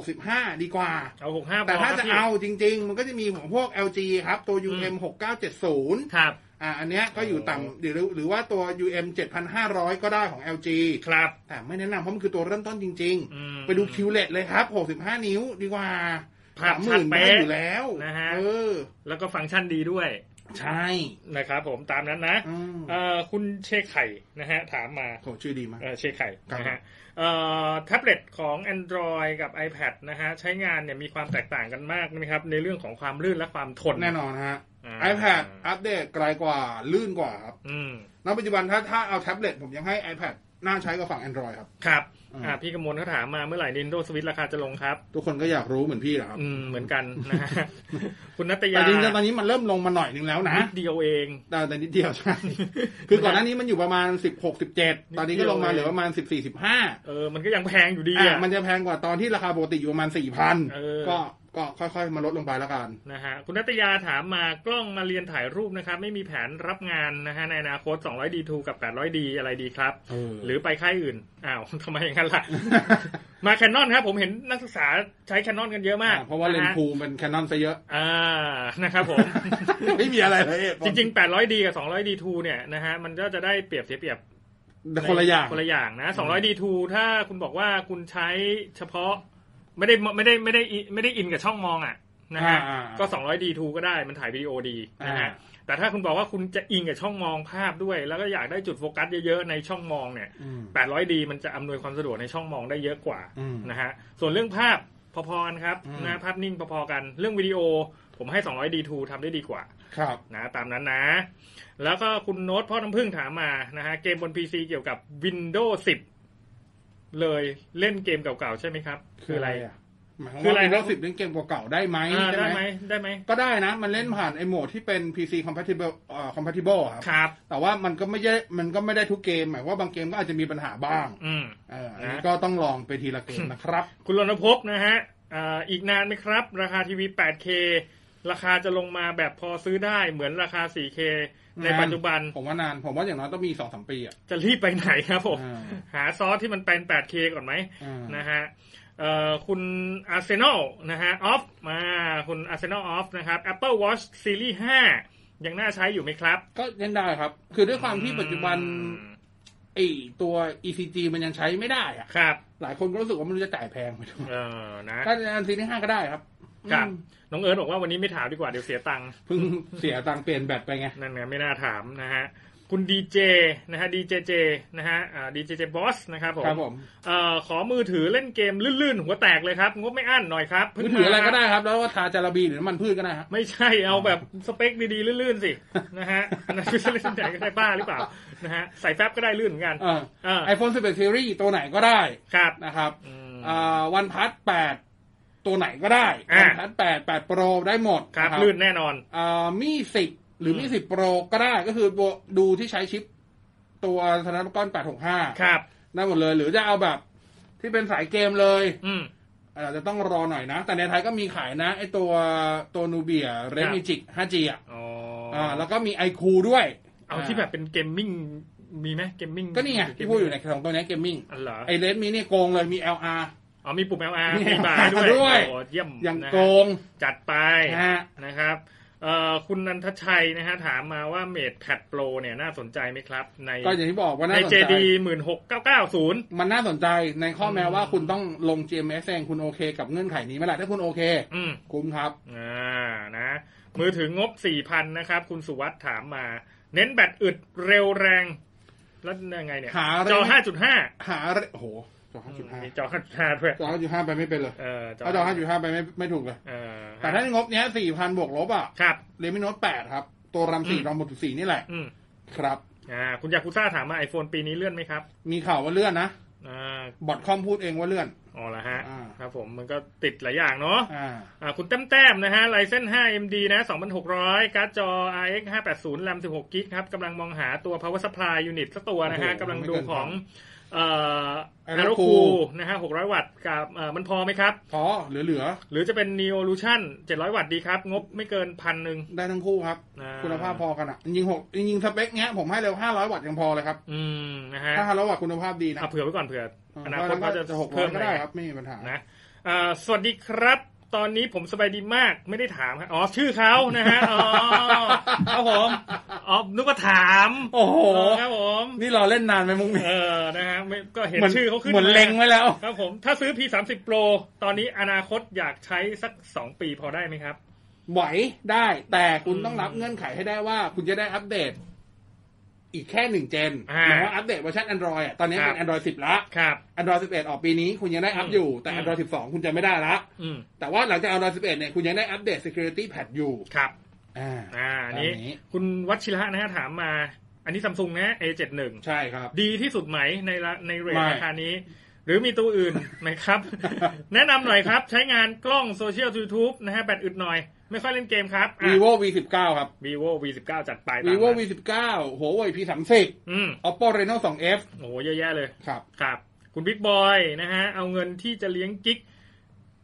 C: 65 ดีกว่า
D: เอาหกห้าพอ
C: แต่ถ้า
D: ครับ
C: จะ
D: พี่
C: เอาจริง ๆ มันก็จะมีของพวก LG ครับ ตัว UM 6970
D: ครับ
C: อ่าอันเนี้ยก็อยู่ต่ำหรือหรือว่าตัว UM 7500 ก็ได้ของ LG
D: ครับ
C: แต่ไม่แนะนำเพราะมันคือตัวเริ่มต้นจริง
D: อืม
C: ๆ ไปดูคิวเลตเลยครับ 65 นิ้วดีกว่า
D: ภาพชัด
C: 30,000
D: เป๊ะ
C: ได้อยู่แล้ว
D: นะฮะ
C: เออ
D: แล้วก็ฟังก์ชันดีด้วย
C: ใช่
D: นะครับผมตามนั้นนะ
C: อืม
D: เอ่อคุณเชคไข่นะฮะถามมา
C: โหชื่อดีมาก
D: เอ่อเชคไข่
C: ครับ
D: นะฮะเอ่อแท็บเล็ตของ Android กับ iPad นะฮะใช้งานเนี่ยมีความแตกต่างกันมากไหมครับ ในเรื่องของความลื่นและความทน
C: แน่นอนฮะ
D: อ่า
C: iPad อัปเดตไกลกว่าลื่นกว่าครับ
D: อืม
C: ณปัจจุบันถ้าถ้าเอาแท็บเล็ตผมยังให้ iPad น่าใช้กว่าฝั่ง Android ครับ
D: ครับ
C: อืม
D: อ่าพี่กมลเขาถามมาเมื่อไหร่ Nintendo Switch ราคาจะลงครับ
C: ทุกคนก็อยากรู้เหมือนพี่เหรอครับ
D: อืม เหมือนกันนะ ฮะ คุณนัตยา
C: แต่จริงๆตอนนี้มันเริ่มลงมาหน่อยนึงแล้วนะ
D: นิดเดียวเอง
C: แต่แต่นิดเดียวใช่ คือก่อนหน้านี้มันอยู่ประมาณ 16 17 ตอนนี้ก็ลงมา
D: นิด
C: เห
D: เดียว
C: ลือประมาณ 14 15
D: เออ มันก็ยังแพงอยู่ดี
C: อ่ะ
D: อ่ะ
C: มันจะแพงกว่าตอนที่ราคาปกติอยู่ประมาณ
D: เออ
C: 4,000 ก็ก็ค่อยๆ มาลดลงไปแล้วกัน
D: นะฮะคุณนัตยาถามมากล้องมาเรียนถ่ายรูปนะครับ ไม่มีแผนรับงานนะฮะในอนาคต 200D 2กับ 800D อะไรดีครับ
C: เออ
D: ห รือไปค่ายอื่น อ้าว ทำไมอย่างนั้นล่ะ มาแคนนอนครับ ผมเห็นนักศึกษาใช้แคนนอนกันเยอะมาก
C: อ่ะเพราะว่าเลน
D: ฮ
C: ส์พูมันแคนนอนซะเยอะ
D: อ่านะครับผม
C: ไม่มีอะไร เลย
D: จริงๆ 800D กับ 200D 2เนี่ยนะฮะมันก็จะได้เปรียบเสียเปรียบ
C: ๆคนละอย่าง
D: คนละอย่างนะ 200 D2 ถ้าคุณบอกว่าคุณใช้เฉพาะไม่ได้ไม่ได้ไม่ได้อิไม่ได้อินกับช่องมองอ่ะนะฮะ
C: อ่า
D: ก็ 200 D2 ก็ได้มันถ่ายวิดีโอดีนะฮะ
C: อ่า
D: แต่ถ้าคุณบอกว่าคุณจะอินกับช่องมองภาพด้วย แล้วก็อยากได้จุดโฟกัสเยอะๆในช่องมองเนี่ย
C: อืม
D: 800D มันจะอำนวยความสะดวกในช่องมองได้เยอะกว่า
C: อืม
D: นะฮะ ส่วนเรื่องภาพพอๆกันครับ
C: อืม
D: นะภาพนิ่งพอๆกัน เรื่องวิดีโอผมให้ 200 D2 ทำได้ดีกว่า
C: ครับ
D: นะตามนั้นนะ แล้วก็คุณโน้ตพ่อน้ำพึ่งถามมานะฮะเกมบน PC เกี่ยวกับ Windows 10 เลยเล่นเกมเก่าๆ ใช่ไหมครับ คืออะไร
C: หมายความ
D: คืออะไรค
C: ว่า
D: รับ
C: Windows 10เล่นเกมเก่าๆได้ไหม
D: อ่า
C: ใช่
D: ได้
C: ไห
D: ไห
C: ม
D: มได้ไหม
C: ก็ได้นะ มันเล่นผ่านไอ้โหมดที่เป็น PC compatible เอ่อ compatible อะ
D: ค
C: ครับ
D: รับ
C: แต่ว่ามันก็ไม่ใช่มันก็ไม่ได้ทุกเกม หมายว่าบางเกมก็อาจจะมีปัญหาบ้าง
D: อืม
C: เอออันนี้
D: นะ
C: ก็ต้องลองไปทีละ เกมนะครับ
D: คุณรณพบนะฮะอ่าอีกนานไหมครับ ราคาทีวี 8K ราคาจะลงมาแบบพอซื้อได้เหมือนราคา 4K ใน
C: นาน
D: ปัจจุบัน
C: ผมว่านาน ผมว่าอย่างน้อยต้องมีสองสามปีอ่ะ
D: จะรีบไปไหนครับผม
C: อ่า
D: หาซอสที่มันเป็น 8K ก่อนไหม
C: อ่า
D: นะฮะเอ่อคุณอาร์เซนอลนะฮะออฟมาคุณอาร์เซนอลออฟนะครับ Apple Watch Series 5 ยังน่าใช้อยู่ไหมครับ
C: ก็เล่นได้ครับ คือด้วยความที่ปัจจุบัน
D: อืม
C: ไอ้ตัว ECG มันยังใช้ไม่ได้อ่ะ
D: ครับ
C: หลายคนก็รู้สึกว่ามันจะจ่ายแพงไปด้วย
D: เออนะ
C: ถ้าอันซีนี่ห้าก็ได้ครับ
D: ครับ
C: อืม
D: น้องเอิร์ธบอกว่าวันนี้ไม่ถามดีกว่าเดี๋ยวเสียตังค์
C: เพิ่งเสียตังค์เปลี่ยนแบตไปไง
D: นั่นไงไม่น่าถามนะฮะ คุณดีเจนะฮะดีเจเจนะฮะดีเจเจบอสนะครับผม
C: ครับผม
D: เอ่อขอมือถือเล่นเกมลื่นๆ หัวแตกเลยครับ งบไม่อั้นหน่อยครับเพิ่ง
C: มือถืออะไร
D: มา
C: ก็ได้ครับ แล้วก็ทาจาระบีหรือน้ำมันพืชก็ได้ครับ
D: ไม่ใช่เอาแบบสเปคดีๆ ลื่นๆ สิ นะฮะอันนั้นไม่ใช่เล่นไหนก็ได้บ้าหรือเปล่า นะฮะใส่แฟบก็ได้ลื่นเหมือนกัน
C: เออ
D: เออ
C: ไอโฟน11 series ตัวไหนก็ได้
D: ครับ
C: นะครับ
D: อืม
C: วันพัท8ตัวไหนก็ได้
D: อ่า
C: วันพัท8 8 Pro ได้หมด
D: ครับ
C: ะ
D: ลื่นแน่นอน
C: อ่ามี10 หรือ
D: ม
C: มี 10 Pro ก็ได้ก็คือดูที่ใช้ชิปตัวธนาคาร865
D: ครับ
C: ได้หมดเลย หรือจะเอาแบบที่เป็นสายเกมเลย
D: อืม
C: อาจจะต้องรอหน่อยนะ แต่ในไทยก็มีขายนะ ไอตัวตัวนูเบียเรมิจิก 5G อ่ะ
D: อ๋อ
C: อ่าแล้วก็มีไอคูด้วย
D: เอาที่แบบเป็นเกมมิ่งมีไหมเกมมิ่ง
C: ก็นี่ไงที่พูดอยู่ในยของตัวเนี้เกมมิ่ง
D: อันเหรอ
C: ไอเรมีเนี่ยโกงเลยมี LR
D: อ๋อมีปุ่ม LR
C: มี
D: มีบาร์
C: ด้วย
D: โอ้เยี่ยม
C: อย่าง
D: นะฮะ
C: โกง
D: จัดไป
C: นะฮะ
D: นะครับ เอ่อคุณนันทชัยนะฮะถามมาว่าเมดแพดโปรเนี่ยน่าสนใจไหมครับ ใน
C: ก็อย่างที่บอกว่า
D: ใน
C: น่าสนใจ
D: JD หมื่นหกเก้าเก้าศูนย์
C: มันน่าสนใจในข้อแม้
D: อืม
C: ว่าคุณต้องลง GMS เองคุณโอเคกับเงื่อนไขนี้ไหมล่ะถ้าคุณโอเค
D: อืม
C: คุ้มครับ
D: อ่านะ มือถืองบสี่พันนะครับ คุณสุวัสด์ถามมา เน้นแบตอึดเร็วแรง แล้วยังไงเนี่ย
C: หาอะไร
D: จอห้าจุดห้า
C: หาเรโอ้โหจอห้าจุดห้า
D: จอห้าจุดห้าด้วย
C: จอห้าจุดห้าไปไม่เป็นเลย
D: เออ
C: ถ้าจอห้าจุดห้าไปไม่ไม่ถูกเลย
D: เออ
C: แต่ถ้าในงบเนี้ยสี่พันบวกลบอ่ะ
D: ครับ
C: เรมิโนตแปดครับ ตัวรัมสี่รอมหมดสี่นี่แหละ
D: อืม
C: ครับ
D: อ่าคุณยากุซ่าถามมา iPhone ปีนี้เลื่อนไหมครับ
C: มีข่าวว่าเลื่อนนะ
D: อ่า
C: บอทคอมพูดเองว่าเลื่อน
D: อ๋อละฮะ
C: อ่า
D: ครับผมมันก็ติดหลายอย่างเนาะ
C: อ่า
D: อ่าคุณแต้มแต้มๆนะฮะไลเซน5 MD นะ 2,600 การ์ดจอ RX 580 แรม16กิกครับกำลังมองหาตัว power supply unit สักตัวนะฮะ
C: โอ้โห
D: กำลังดูของเอ่อ
C: Aerocool
D: Aerocool นะฮะ600 วัตต์กับเอ่อมันพอไหมครับ
C: พอเหลือเหลือ
D: หรือจะเป็น Neolution 700 วัตต์ดีครับ งบไม่เกินพันหนึ่ง
C: ๆได้ทั้งคู่ครับ
D: อ่า
C: คุณภาพพอกันอ่ะจริงๆหกจริงๆสเปคเนี้ยผมให้เลยห้าร้อยวัตต์ยังพอเลยครับ
D: อืมนะฮะ
C: ถ้าห้าร้อยวัตต์คุณภาพดีนะ
D: เอาเผื่อไว้ก่อนเผื่ออนาคต
C: ก็
D: เขาจะ
C: จะหกร้อ
D: เพิ่ม
C: ยก็ได้ครับไม่มีปัญหา
D: นะอ่าสวัสดีครับ ตอนนี้ผมสบายดีมากไม่ได้ถามฮะอ๋อชื่อเขานะฮะอ๋อครับผมอ๋อนึกว่าถาม
C: โอ้โห
D: ครับผม
C: นี่เราเล่นนานไหมมุกเนี่ย
D: เออนะฮะไม่ก็เห็น
C: มืน
D: ชื่อเขาขึ้น
C: เหมือนเล็งไว้แล้ว
D: ครับผมถ้าซื้อ P30 Pro ตอนนี้อนาคตอยากใช้สัก 2 ปีพอได้ไหมครับ
C: ไหวได้แต่คุณ
D: อืม
C: ต้องรับเงื่อนไขให้ได้ว่า คุณจะได้อัปเดต อีกแค่หนึ่งเจน
D: อ่า
C: หมายว่าอัปเดตเวอร์ชัน Android อะตอนนี้
D: ครับ
C: เป็น Android 10 ละ
D: ครับ
C: Android 11 ออกปีนี้คุณยังได้อัปอยู่ แต่
D: อืม
C: Android 12 คุณจะไม่ได้ละ
D: อืม
C: แต่ว่าหลังจาก Android 11 เนี่ย คุณยังได้อัปเดต Security Patch อยู่
D: ครับ
C: อ่า
D: อ่าอันนี้
C: อันนี้
D: คุณวัชิระนะฮะถามมา อันนี้ซัมซุงนะ A71
C: ใช่ครับ
D: ดีที่สุดไหมในละในเรท
C: ไม่
D: ราคานี้ หรือมีตัวอื่นไหม ครับ แนะนำหน่อยครับ ใช้งานกล้องโซเชียล YouTube นะฮะแบตอึดหน่อย ไม่ค่อยเล่นเกมครับอ่ะ
C: vivo v 1 9ครับ
D: vivo V19 จัดไปตามนั้น
C: vivo v 1 9 huawei p 3
D: อืม
C: 0 oppo reno 2f
D: โอ้โหเยอะแยะเลย
C: ครับ
D: ครับคุณบิ๊กบอยนะฮะ เอาเงินที่จะเลี้ยงกิ๊ก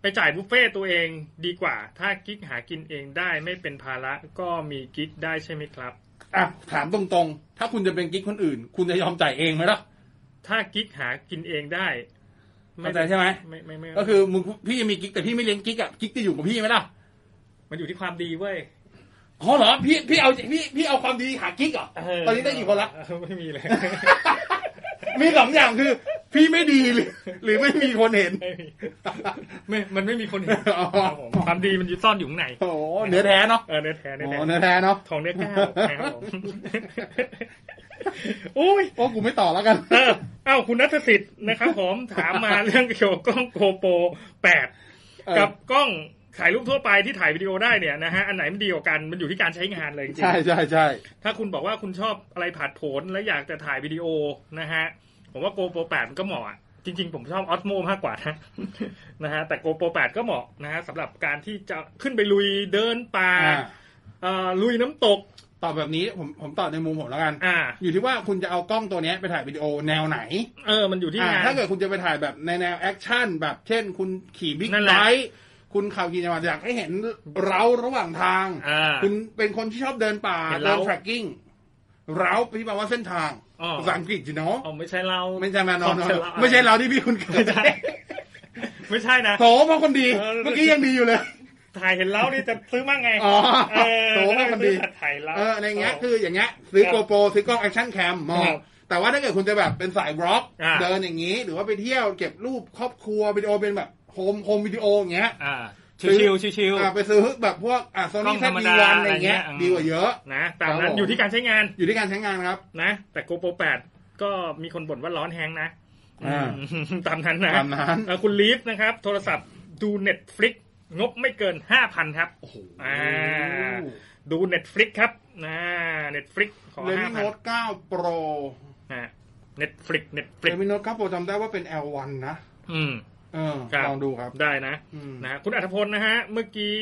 D: ไปจ่ายบุฟเฟ่ต์ตัวเองดีกว่า ถ้ากิ๊กหากินเองได้ไม่เป็นภาระก็มีกิ๊กได้ใช่ไหมครับ
C: อ่ะถามตรงๆ ถ้าคุณจะเป็นกิ๊กคนอื่น คุณจะยอมจ่ายเองไหมล่ะ
D: ถ้ากิ๊กหากินเองได้
C: เข้าใจใช่ไหม
D: ไม่ไม่ไม่
C: ก็คือมึงพี่จะมีกิ๊กแต่พี่ไม่เลี้ยงกิ๊กอ่ะกิ๊กจะอยู่กับพี่ไหมล่ะ
D: มันอยู่ที่ความดีเว้ย
C: อ๋อเหรอพี่พี่เอาพี่พี่เอาความดีหากิ๊กเหรอตอนนี้ได้กี่คนละ
D: เออไม่มีเลย
C: มีสองอย่างคือ พี่ไม่ดีหรือหรือไม่มีคนเห็น
D: ไม่มีไม่มันไม่มีคนเห็น
C: อ๋อ
D: ครับผมความดีมันอยู่ซ่อนอยู่ข้างใน
C: โอ้โหเนื้อแท้เนาะ
D: เออเนื้อแท้เนื้
C: โอ้
D: อ
C: โห
D: แท้
C: เนื้อแท้เนาะ
D: ทองเนื้อแก้วนะครับผมโอ้ย
C: โอ้กูไม่ต่อแล้วกัน
D: เออเอ้าคุณนัทสิทธิ์นะครับ ผมถามมาเรื่องเกี่ยวกับกล้องโกโปรแปดกับกล้องถ่ายรูปทั่วไปที่ถ่ายวิดีโอได้เนี่ยนะฮะอันไหนมันดีกว่ากันมันอยู่ที่การใช้งานเลยจริง
C: ใช่ใช่ใช่
D: ๆถ้าคุณบอกว่าคุณชอบอะไรผาดโผนและอยากจะถ่ายวิดีโอนะฮะผมว่าโกโปรแปดมันก็เหมาะอะจริงๆ ผมชอบออสโมมากกว่านะ นะฮะแต่โกโปรแปดก็เหมาะนะฮะสำหรับการที่จะขึ้นไปลุยเดินป่า
C: อ่า
D: เอ่อลุยน้ำตก
C: ตอบแบบนี้ผมผมตอบในมุมผมแล้วกัน
D: อ่า
C: อยู่ที่ว่าคุณจะเอากล้องตัวเนี้ยไปถ่ายวิดีโอแนวไหน
D: เออมันอยู่
C: อ่าง
D: ที่าน
C: ถ้าเกิดคุณจะไปถ่ายแบบในแนวแอคชั่นแบบเช่น คุณขี่บิ๊ก
D: นั่นแห
C: ไบ
D: ละ
C: ค์คุณขับขี่จักรยานอยากให้เห็นเร้าระหว่างทาง
D: อ่า
C: คุณเป็นคนที่ชอบเดินป่า
D: เห็น
C: เดิ
D: เรา
C: น tracking เราพี่แปลว่าเส้นทาง
D: อ๋อ
C: ภาษาอังกฤษจีเนาะ
D: อ๋อไม่ใช่เรา
C: ไม่ใช่แมนอน
D: ไม่ใช่เรา
C: ไม่ใช่เราที่พี่คุณ
D: ไม่ใช่ไม่ใช่นะ
C: โถมาคนดี
D: เออ
C: เมื่อกี้ยังดีอยู่เลย
D: ถ่ายเห็นเล้านี่จะซื้อมั่งไง
C: อ๋อ
D: เออ
C: โถมาคนดี
D: แล้วก็ซื้อถ่ายเล้า
C: เออในเงี้ยคืออย่างเงี้ยซื้อ
D: ครับ
C: โกโปรซื้อกล้องแอคชั่นแคมมอง
D: ครับ
C: แต่ว่าถ้าเกิดคุณจะแบบเป็นสายบล็อก
D: อ่า
C: เดินอย่างนี้ หรือว่าไปเที่ยวเก็บรูปครอบครัววิดีโอเป็นแบบโฮมโฮมวิดีโออย่างเงี้ย
D: อ่าชิวๆชิว
C: อ่าไปซื้อแบบพวกอ่ะโซ
D: กล้
C: นี่
D: อง
C: แซ
D: ธรร
C: ด
D: ม
C: ดี
D: ดา
C: วันอะไรเงี้ย
D: อะไรเงี้ย
C: ดีกว่าเยอะ
D: ๆนะตามนั้
C: ครั
D: น
C: บผม
D: อยู่ที่การใช้งาน
C: อยู่ที่การใช้งานครับ
D: นะ แต่ GoPro 8 ก็มีคนบ่นว่าร้อนแฮงค์นะ
C: อ่า
D: อืม ตามนั้นนะ
C: ตามนั้น
D: เอ่อคุณลีฟนะครับ โทรศัพท์ดู Netflix งบไม่เกิน 5,000 ครับ
C: โอ้โห
D: อ่า ดู Netflix ครับนะ Netflix ขอ
C: เลมิโนต9 Pro
D: 5,000นะ Netflix
C: เล
D: Netflix
C: มิโนต9 Pro จำได้ว่าเป็น L1 นะ
D: อืม
C: เออ
D: ครับ
C: ลองดูครับ
D: ได้นะ
C: อืม
D: นะฮะคุณอัธพลนะฮะ เมื่อกี้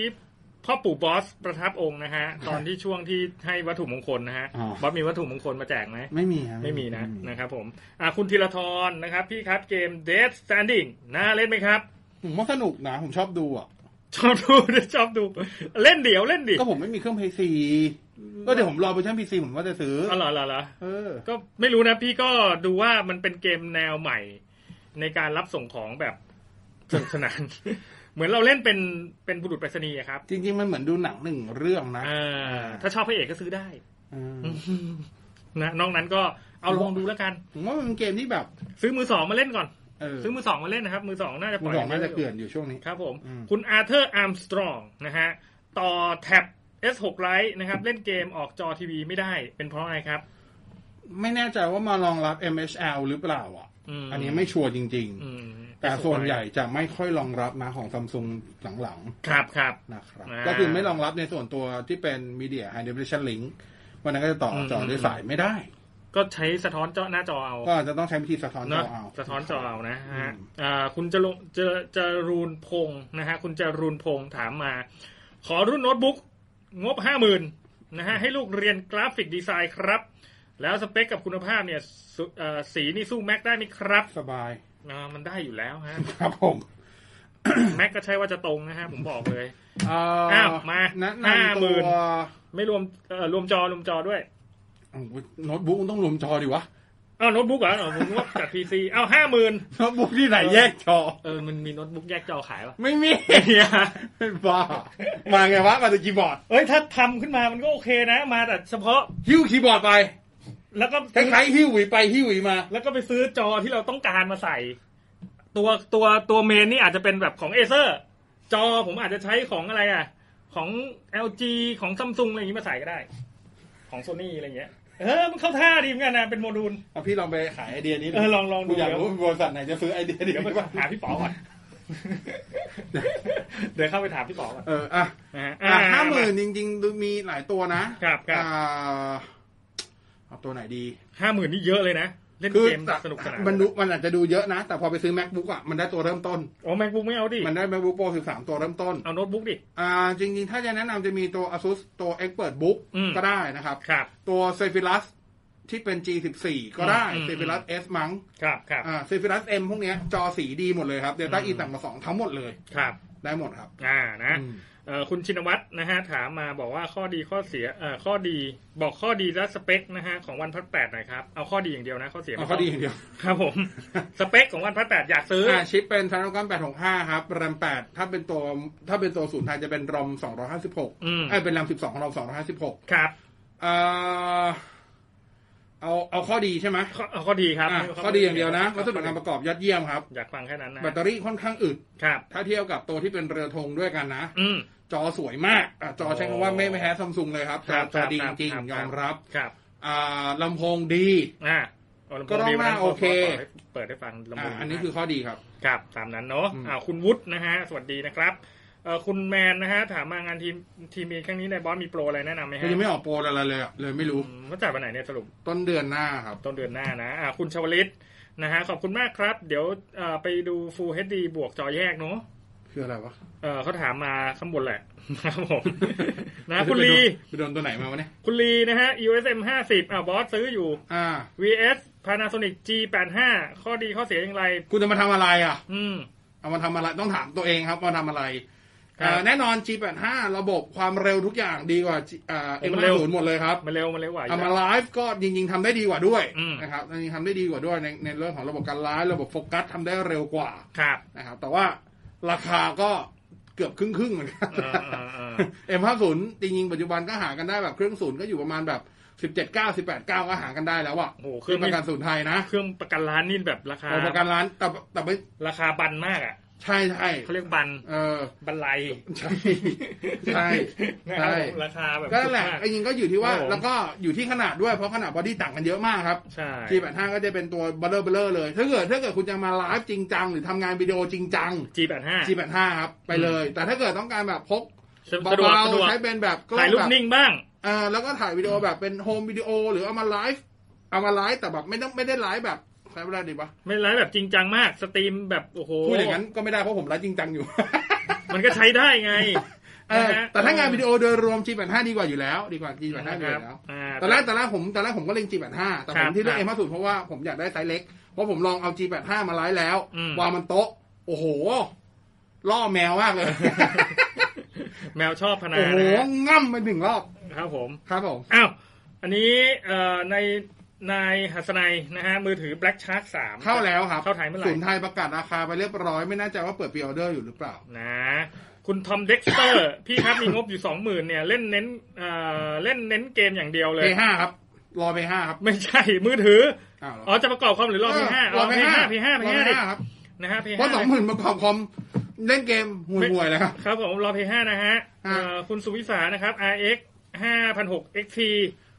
D: พ่อปู่บอสประทับองค์นะฮะ ตอนที่ช่วงที่ให้วัตถุมงคลนะฮะ
C: อ๋อ
D: บอสมีวัตถุมงคลมาแจกไหม
C: ไม่มีครับ
D: ไม่มีนะนะครับผมอ่ะคุณธีรทรนะครับ พี่ครับเกม Dead Standing น่าเล่นไหมครับ
C: ผมว่าสนุกนะ ผมชอบดูอ่ะ
D: ชอบดู ชอบดู เล่นเดี๋ยวเล่นดิ
C: ก็ผมไม่มีเครื่อง PC ก็เดี๋ยวผมรอเวอร์ชัน PC ผมว่าจะซื้อ
D: อ๋อเหรอเหรอเหรอ
C: เออ
D: ก็ไม่รู้นะพี่ก็ดูว่ามันเป็นเกมแนวใหม่ ในการรับส่งของแบบสนุกสนาน เหมือนเราเล่นเป็นเป็นบุรุษไปรษณีย์อะครับ
C: จริง ๆ มันเหมือนดูหนังหนึ่งเรื่องนะ
D: เออถ้าชอบพระเอกก็ซื้อได้
C: อืม
D: นะนอกนั้นก็เอาลองดูแล้วกัน
C: ผมว่ามันเป็นเกมที่แบบ
D: ซื้อมือสองมาเล่นก่อน
C: เออ
D: ซื้อมือสองมาเล่นนะครับ มือสองน่าจะป
C: คุ
D: ล่อ
C: ณ
D: ย
C: สองน่าจะเกลื่อนอยู่ช่วงนี้
D: ครับผม
C: อืม
D: คุณอาเธอร์อาร์มสตรองนะฮะต่อแท็บ S6 ไลท์นะครับเล่นเกมออกจอทีวีไม่ได้เป็นเพราะอะไรครับ
C: ไม่แน่ใจว่ามารองรับ MHL หรือเปล่าอ่ะ
D: อืม
C: อันนี้ไม่ชัวร์จริง
D: อืม
C: ๆ แต่
D: S6
C: ส่วนใหญ่จะไม่ค่อยรองรับนะของซัมซุงหลัง
D: ครับครับ
C: ๆนะครับ
D: อ่า
C: ก็คือไม่รองรับในส่วนตัวที่เป็น Media High Definition Link วันนั้นก็จะต่ออ
D: ม
C: จอด้วยสายไม่ได้
D: ก็ใช้สะท้อนจอหน้าจอเอา
C: ก็จะต้องใช้วิธีสะท้อนจ
D: เนาะ
C: อเอา
D: สะท้อนจอเอานะฮะ
C: อืม
D: อ่าคุณจรุจจรูนพงศ์นะฮะคุณจรูนพงศ์ถามมา ขอรุ่นโน้ตบุ๊กงบห้าหมื่นนะฮะให้ลูกเรียนกราฟิกดีไซน์ครับ แล้วสเปคกับคุณภาพเนี่ยสุเอ่อสีนี่สู้แม็กได้ไหมครับ
C: สบาย
D: อ่ามันได้อยู่แล้วฮะ
C: ครับผม
D: แม็กก็ใช่ว่าจะตรงนะฮะผมบอกเลย
C: เ
D: อ้าวมา
C: แนะ
D: ห้าน
C: ำ
D: หมื่น
C: ตัว
D: ไม่รวมเอ่อรวมจอรวมจอด้วย
C: โอ้โหโน้ตบุ๊กมันต้องรวมจอดิ วะ
D: อ้าวโน้ตบุ๊กเหรออ๋อผมนึกว่าจัดพีซีอ้าวห้าหมื่น
C: โน้ตบุ๊กที่ไหนแยกจอ
D: เออมันมีโน้ตบุ๊กแยกจอขายวะ
C: ไม่มี
D: เนี่ย
C: บ้ามาไงวะ มาแต่คีย์บอร์ด
D: เอ้ยถ้าทำขึ้นมามันก็โอเคนะ มาแต่เฉพาะ
C: หิ้วคีย์บอร์ดไป
D: แล้วก็
C: คล้ายๆหิ้วหวีไปหิ้วหวีมา
D: แล้วก็ไปซื้อจอที่เราต้องการมาใส่ ตัวตัวตัวเมนนี่อาจจะเป็นแบบของเอเซอร์จอผมอาจจะใช้ของอะไรอ่ะ ของ LG ของซัมซุงอะไรอย่างนี้มาใส่ก็ได้ ของโซนี่อะไรอย่างเงี้ยเออมันเข้าท่าดีเหมือนกันนะเป็นโมดูล
C: เอาพี่ลองไปขายไอเดียนี้ดู
D: เออลองลองดู
C: กูอยากรู้ว่าบริษัทไหนจะซื้อไอเดียนี้
D: เดี๋ยวไป
C: บ้าง
D: หาพี่ป๋อก่อน เดี๋ยวเข้าไปถามพี่ป๋อก่อน
C: เออ อ่ะ
D: นะฮะ
C: อ่ะห้าหมื่นจริงๆดูมีหลายตัวนะครับ
D: ครับ
C: อ่าเอาตัวไหนดี
D: ห้าหมื่นนี่เยอะเลยนะเล่นเกมสนุกสนาน
C: มันดูมันอาจจะดูเยอะนะ แต่พอไปซื้อ macbook อ่ะ มันได้ตัวเริ่มต้น
D: โอ้แม็กบุ๊กไม่เอาดิ
C: มันได้ macbook pro 13 ตัวเริ่มต้น
D: เอาโน้ตบุ๊กดิ
C: อ่า จริง ๆ ถ้าจะแนะนำจะมีตัว asus ตัว expert book
D: อืม
C: ก็ได้นะครับ
D: ครับ
C: ตัว Zephyrus ที่เป็น G14 ก็ได้
D: อืม
C: Zephyrus S มั้ง
D: ครับครับ
C: อ่า Zephyrus M พวกเนี้ยจอสีดีหมดเลยครับ Delta E ต่างมาสองทั้งหมดเลย
D: ครับ
C: ได้หมดครับ
D: อ่านะ
C: อืม
D: เอ่อคุณชินวัตรนะฮะถามมาบอกว่าข้อดีข้อเสียเอ่อข้อดีบอกข้อดีและสเปคนะฮะของวันพัดแปดหน่อยครับ เอาข้อดีอย่างเดียวนะข้อเสีย
C: เอา
D: ไม่
C: ข้อดีอ
D: ต้
C: ย่างเดียว
D: ครับ ผม สเปคของวันพัดแปดอยากซื้ออ
C: อ่าชิปเป็น Snapdragon 865 ครับ RAM 8 ถ้าเป็นตัวถ้าเป็นตัวศูนย์ไทยจะเป็น ROM 256
D: อืม
C: เอ้ยเป็น RAM 12 ROM 256
D: ครับ
C: อ่าเอาเอาข้อดีใช่ไหม
D: ข้อเอาข้อดีครับ
C: อ่ะ
D: ไม่
C: ข้อดีอย่างเดียวนะวัสดุการประกอบยอดเยี่ยมครับ
D: อยากฟังแค่นั้นนะ
C: แบตเตอรี่ค่อนข้างอึด
D: ครับ
C: ถ้าเทียบกับตัวที่เป็นเรือธงด้วยกันนะ
D: อืม
C: จอสวยมากอะจอใช้คำว่าไม่ไม่แพ้ซัมซุงเลยครับจ
D: ครั
C: อบ จอดี
D: ครับ
C: จริง
D: ครับ
C: ๆยอมรับ
D: ครับ
C: อ่าลำโพงดี
D: อ่าเลำโพ
C: ก็ต้อง
D: ดีวันนั้น
C: ว่าโอเค
D: เปิดให้ฟังลำโพ
C: อ่าง อันนี้คือข้อดีครับ
D: ครับตามนั้นเนาะ
C: อืม
D: อ่าคุณวุฒินะฮะสวัสดีนะครับเอ่อคุณแมนนะฮะถามมางานทีมทีมเอครั้งนี้ในบอสมีโปรอะไรแนะนำไหมฮะ
C: มันยังไม่ออกโปรอะไรเลยอะเลยไม่รู้
D: อืมว่าจ่ายวันไหนเนี่ยสรุป
C: ต้นเดือนหน้าครับ
D: ต้นเดือนหน้านะอ่าคุณชวลิตนะฮะขอบคุณมากครับ เดี๋ยวเอ่อไปดู Full HD บวกจอแยกเนาะ
C: คืออะไรวะ
D: เอ่อเขาถามมาข้างบนแหละ ครับผม นะคุณลี
C: ไปโดนตัวไหนมาวะเนี่ย
D: คุณลีนะฮะ USM 50อ่าบอสซื้ออยู่
C: อ่า
D: VS Panasonic G85 ข้อดีข้อเสียอย่างไร
C: คุณจะมาทำอะไรอ่ะ
D: อืม
C: เอามาทำอะไรต้องถามตัวเองครับว่าทำอะไร
D: ครับ
C: อ่าแน่นอน G85 ระบบความเร็วทุกอย่างดีกว่า G- อ่า
D: โอ้มันเร็ว
C: M50 หมดเลยครับ
D: มาเร็วมาเร็วไหวอยู่
C: เอา
D: แล้
C: มาว ไลฟ์ก็จริง ๆทำได้ดีกว่าด้วย
D: อืม
C: นะครับจริงๆทำได้ดีกว่าด้วยในในเรื่องของระบบการไลฟ์ระบบโฟกัสทำได้เร็วกว่า
D: ครับ
C: นะครับแต่ว่าราคาก็เกือบครึ่งครึ่งๆเหมือนกัน
D: อ่าอ่าอ่า
C: เอ็มห้าศูนย์จริงๆปัจจุบันก็หากันได้แบบเครื่องศูนย์ก็อยู่ประมาณแบบสิบเจ็ดเก้าสิบแปดเก้าก็หากันได้แล้วอะ
D: โอ้โหเครื่
C: คือ อง ประกันศูนย์ไทยนะ
D: เครื่องประกันร้านนี่แบบราคา
C: โอ้ประกันร้านแต่แต่ไม่
D: ราคาบันมากอ่ะ
C: ใช่ใช่
D: เขาเรียกบัน
C: เออ
D: บันไล
C: ใช่ใช่
D: นะ
C: ใช่
D: ครับผมราคาแบบ
C: ก็นั่นแหละ
D: สุดมาก
C: ไอ้ยิงก็อยู่ที่ว่า
D: ครับผม
C: แล้วก็อยู่ที่ขนาดด้วยเพราะขนาดบอดี้ต่างกันเยอะมากครับ
D: ใช่
C: G85 ก็จะเป็นตัวเบลเลอร์เบลเลอร์เลยถ้าเกิดถ้าเกิดคุณจะมาไลฟ์จริงจังหรือทำงานวิดีโอจริงจัง
D: G85
C: G85 ครับไปเลย แต่ถ้าเกิดต้องการแบบพก
D: สะ
C: เบ
D: ดวก
C: า
D: สะดว
C: ๆ
D: ก
C: ใช้เป็นแบบกล้อง
D: ถ่ายรู
C: แบ
D: ป
C: บ
D: นิ่งบ้าง
C: อ่าแล้วก็ถ่ายวิดีโอแบบเป็นโฮมวิดีโอหรือเอามาไลฟ์เอามาไลฟ์แต่แบบไม่ต้องไม่ได้ไลฟ์แบบใช้เวลาดีปะ
D: ไม่ไลฟ์แบบจริงจังมาก สตรีมแบบโอ้โห
C: พูดอย่างนั้นก็ไม่ได้เพราะผมไลฟ์จริงจังอยู่
D: มันก็ใช้ได้ไง
C: เออแต่ถ้างานวิดีโอโดยรวม G85 ดีกว่าอยู่แล้ว ดีกว่า G85 อยู่แล้วตอนแรกตอนแรกผมตอนแรกผมก็เล็ง G85 แต่ผมที่เลือก M50 เพราะว่าผมอยากได้ไซส์เล็ก เพราะผมลองเอา G85 มาไลฟ์แล้ววางมันโต๊ะ โอ้โห ล่อแมวมากเลย
D: แมวชอบพนา
C: โอ้โห
D: นะฮะ
C: ง่ำไปหนึ่งรอบ
D: ครับผม
C: ครับผม
D: อ้าวอันนี้เอ่อใน นายหัสนัยนะฮะมือถือ Black Shark 3
C: เข้าแล้วครับ
D: เข้าไทยเมื่อไหร่
C: ศูนย์ไทยประกาศราคาไปเรียบร้อยไม่แน่ใจว่าเปิดปีออเดอร์อยู่หรือเปล่า
D: นะ คุณทอมเด็กสเตอร์ พี่ครับมีงบอยู่สองหมื่นเนี่ย เล่นเน้นเอ่อเล่นเน้นเกมอย่างเดียวเลย
C: p 5ครับ รอ p 5ครับ
D: ไม่ใช่มือถือ
C: อ้าวเหร
D: อ๋อ จะประกอบความหรือรอพีห้าร ร
C: อ
D: อ
C: p
D: พี
C: 5
D: ห้าพีห้าพีห้าร
C: อ P5 ครับ
D: นะฮะพี
C: เพราะ
D: ห้า
C: สองหมื่นมาขอบคอมเล่นเกมห่วยๆเลยครับ
D: ครับผมรอพีห้านะฮะ
C: อ่า
D: เอ่อคุณสุวิสานะครับ RX 5,006 XT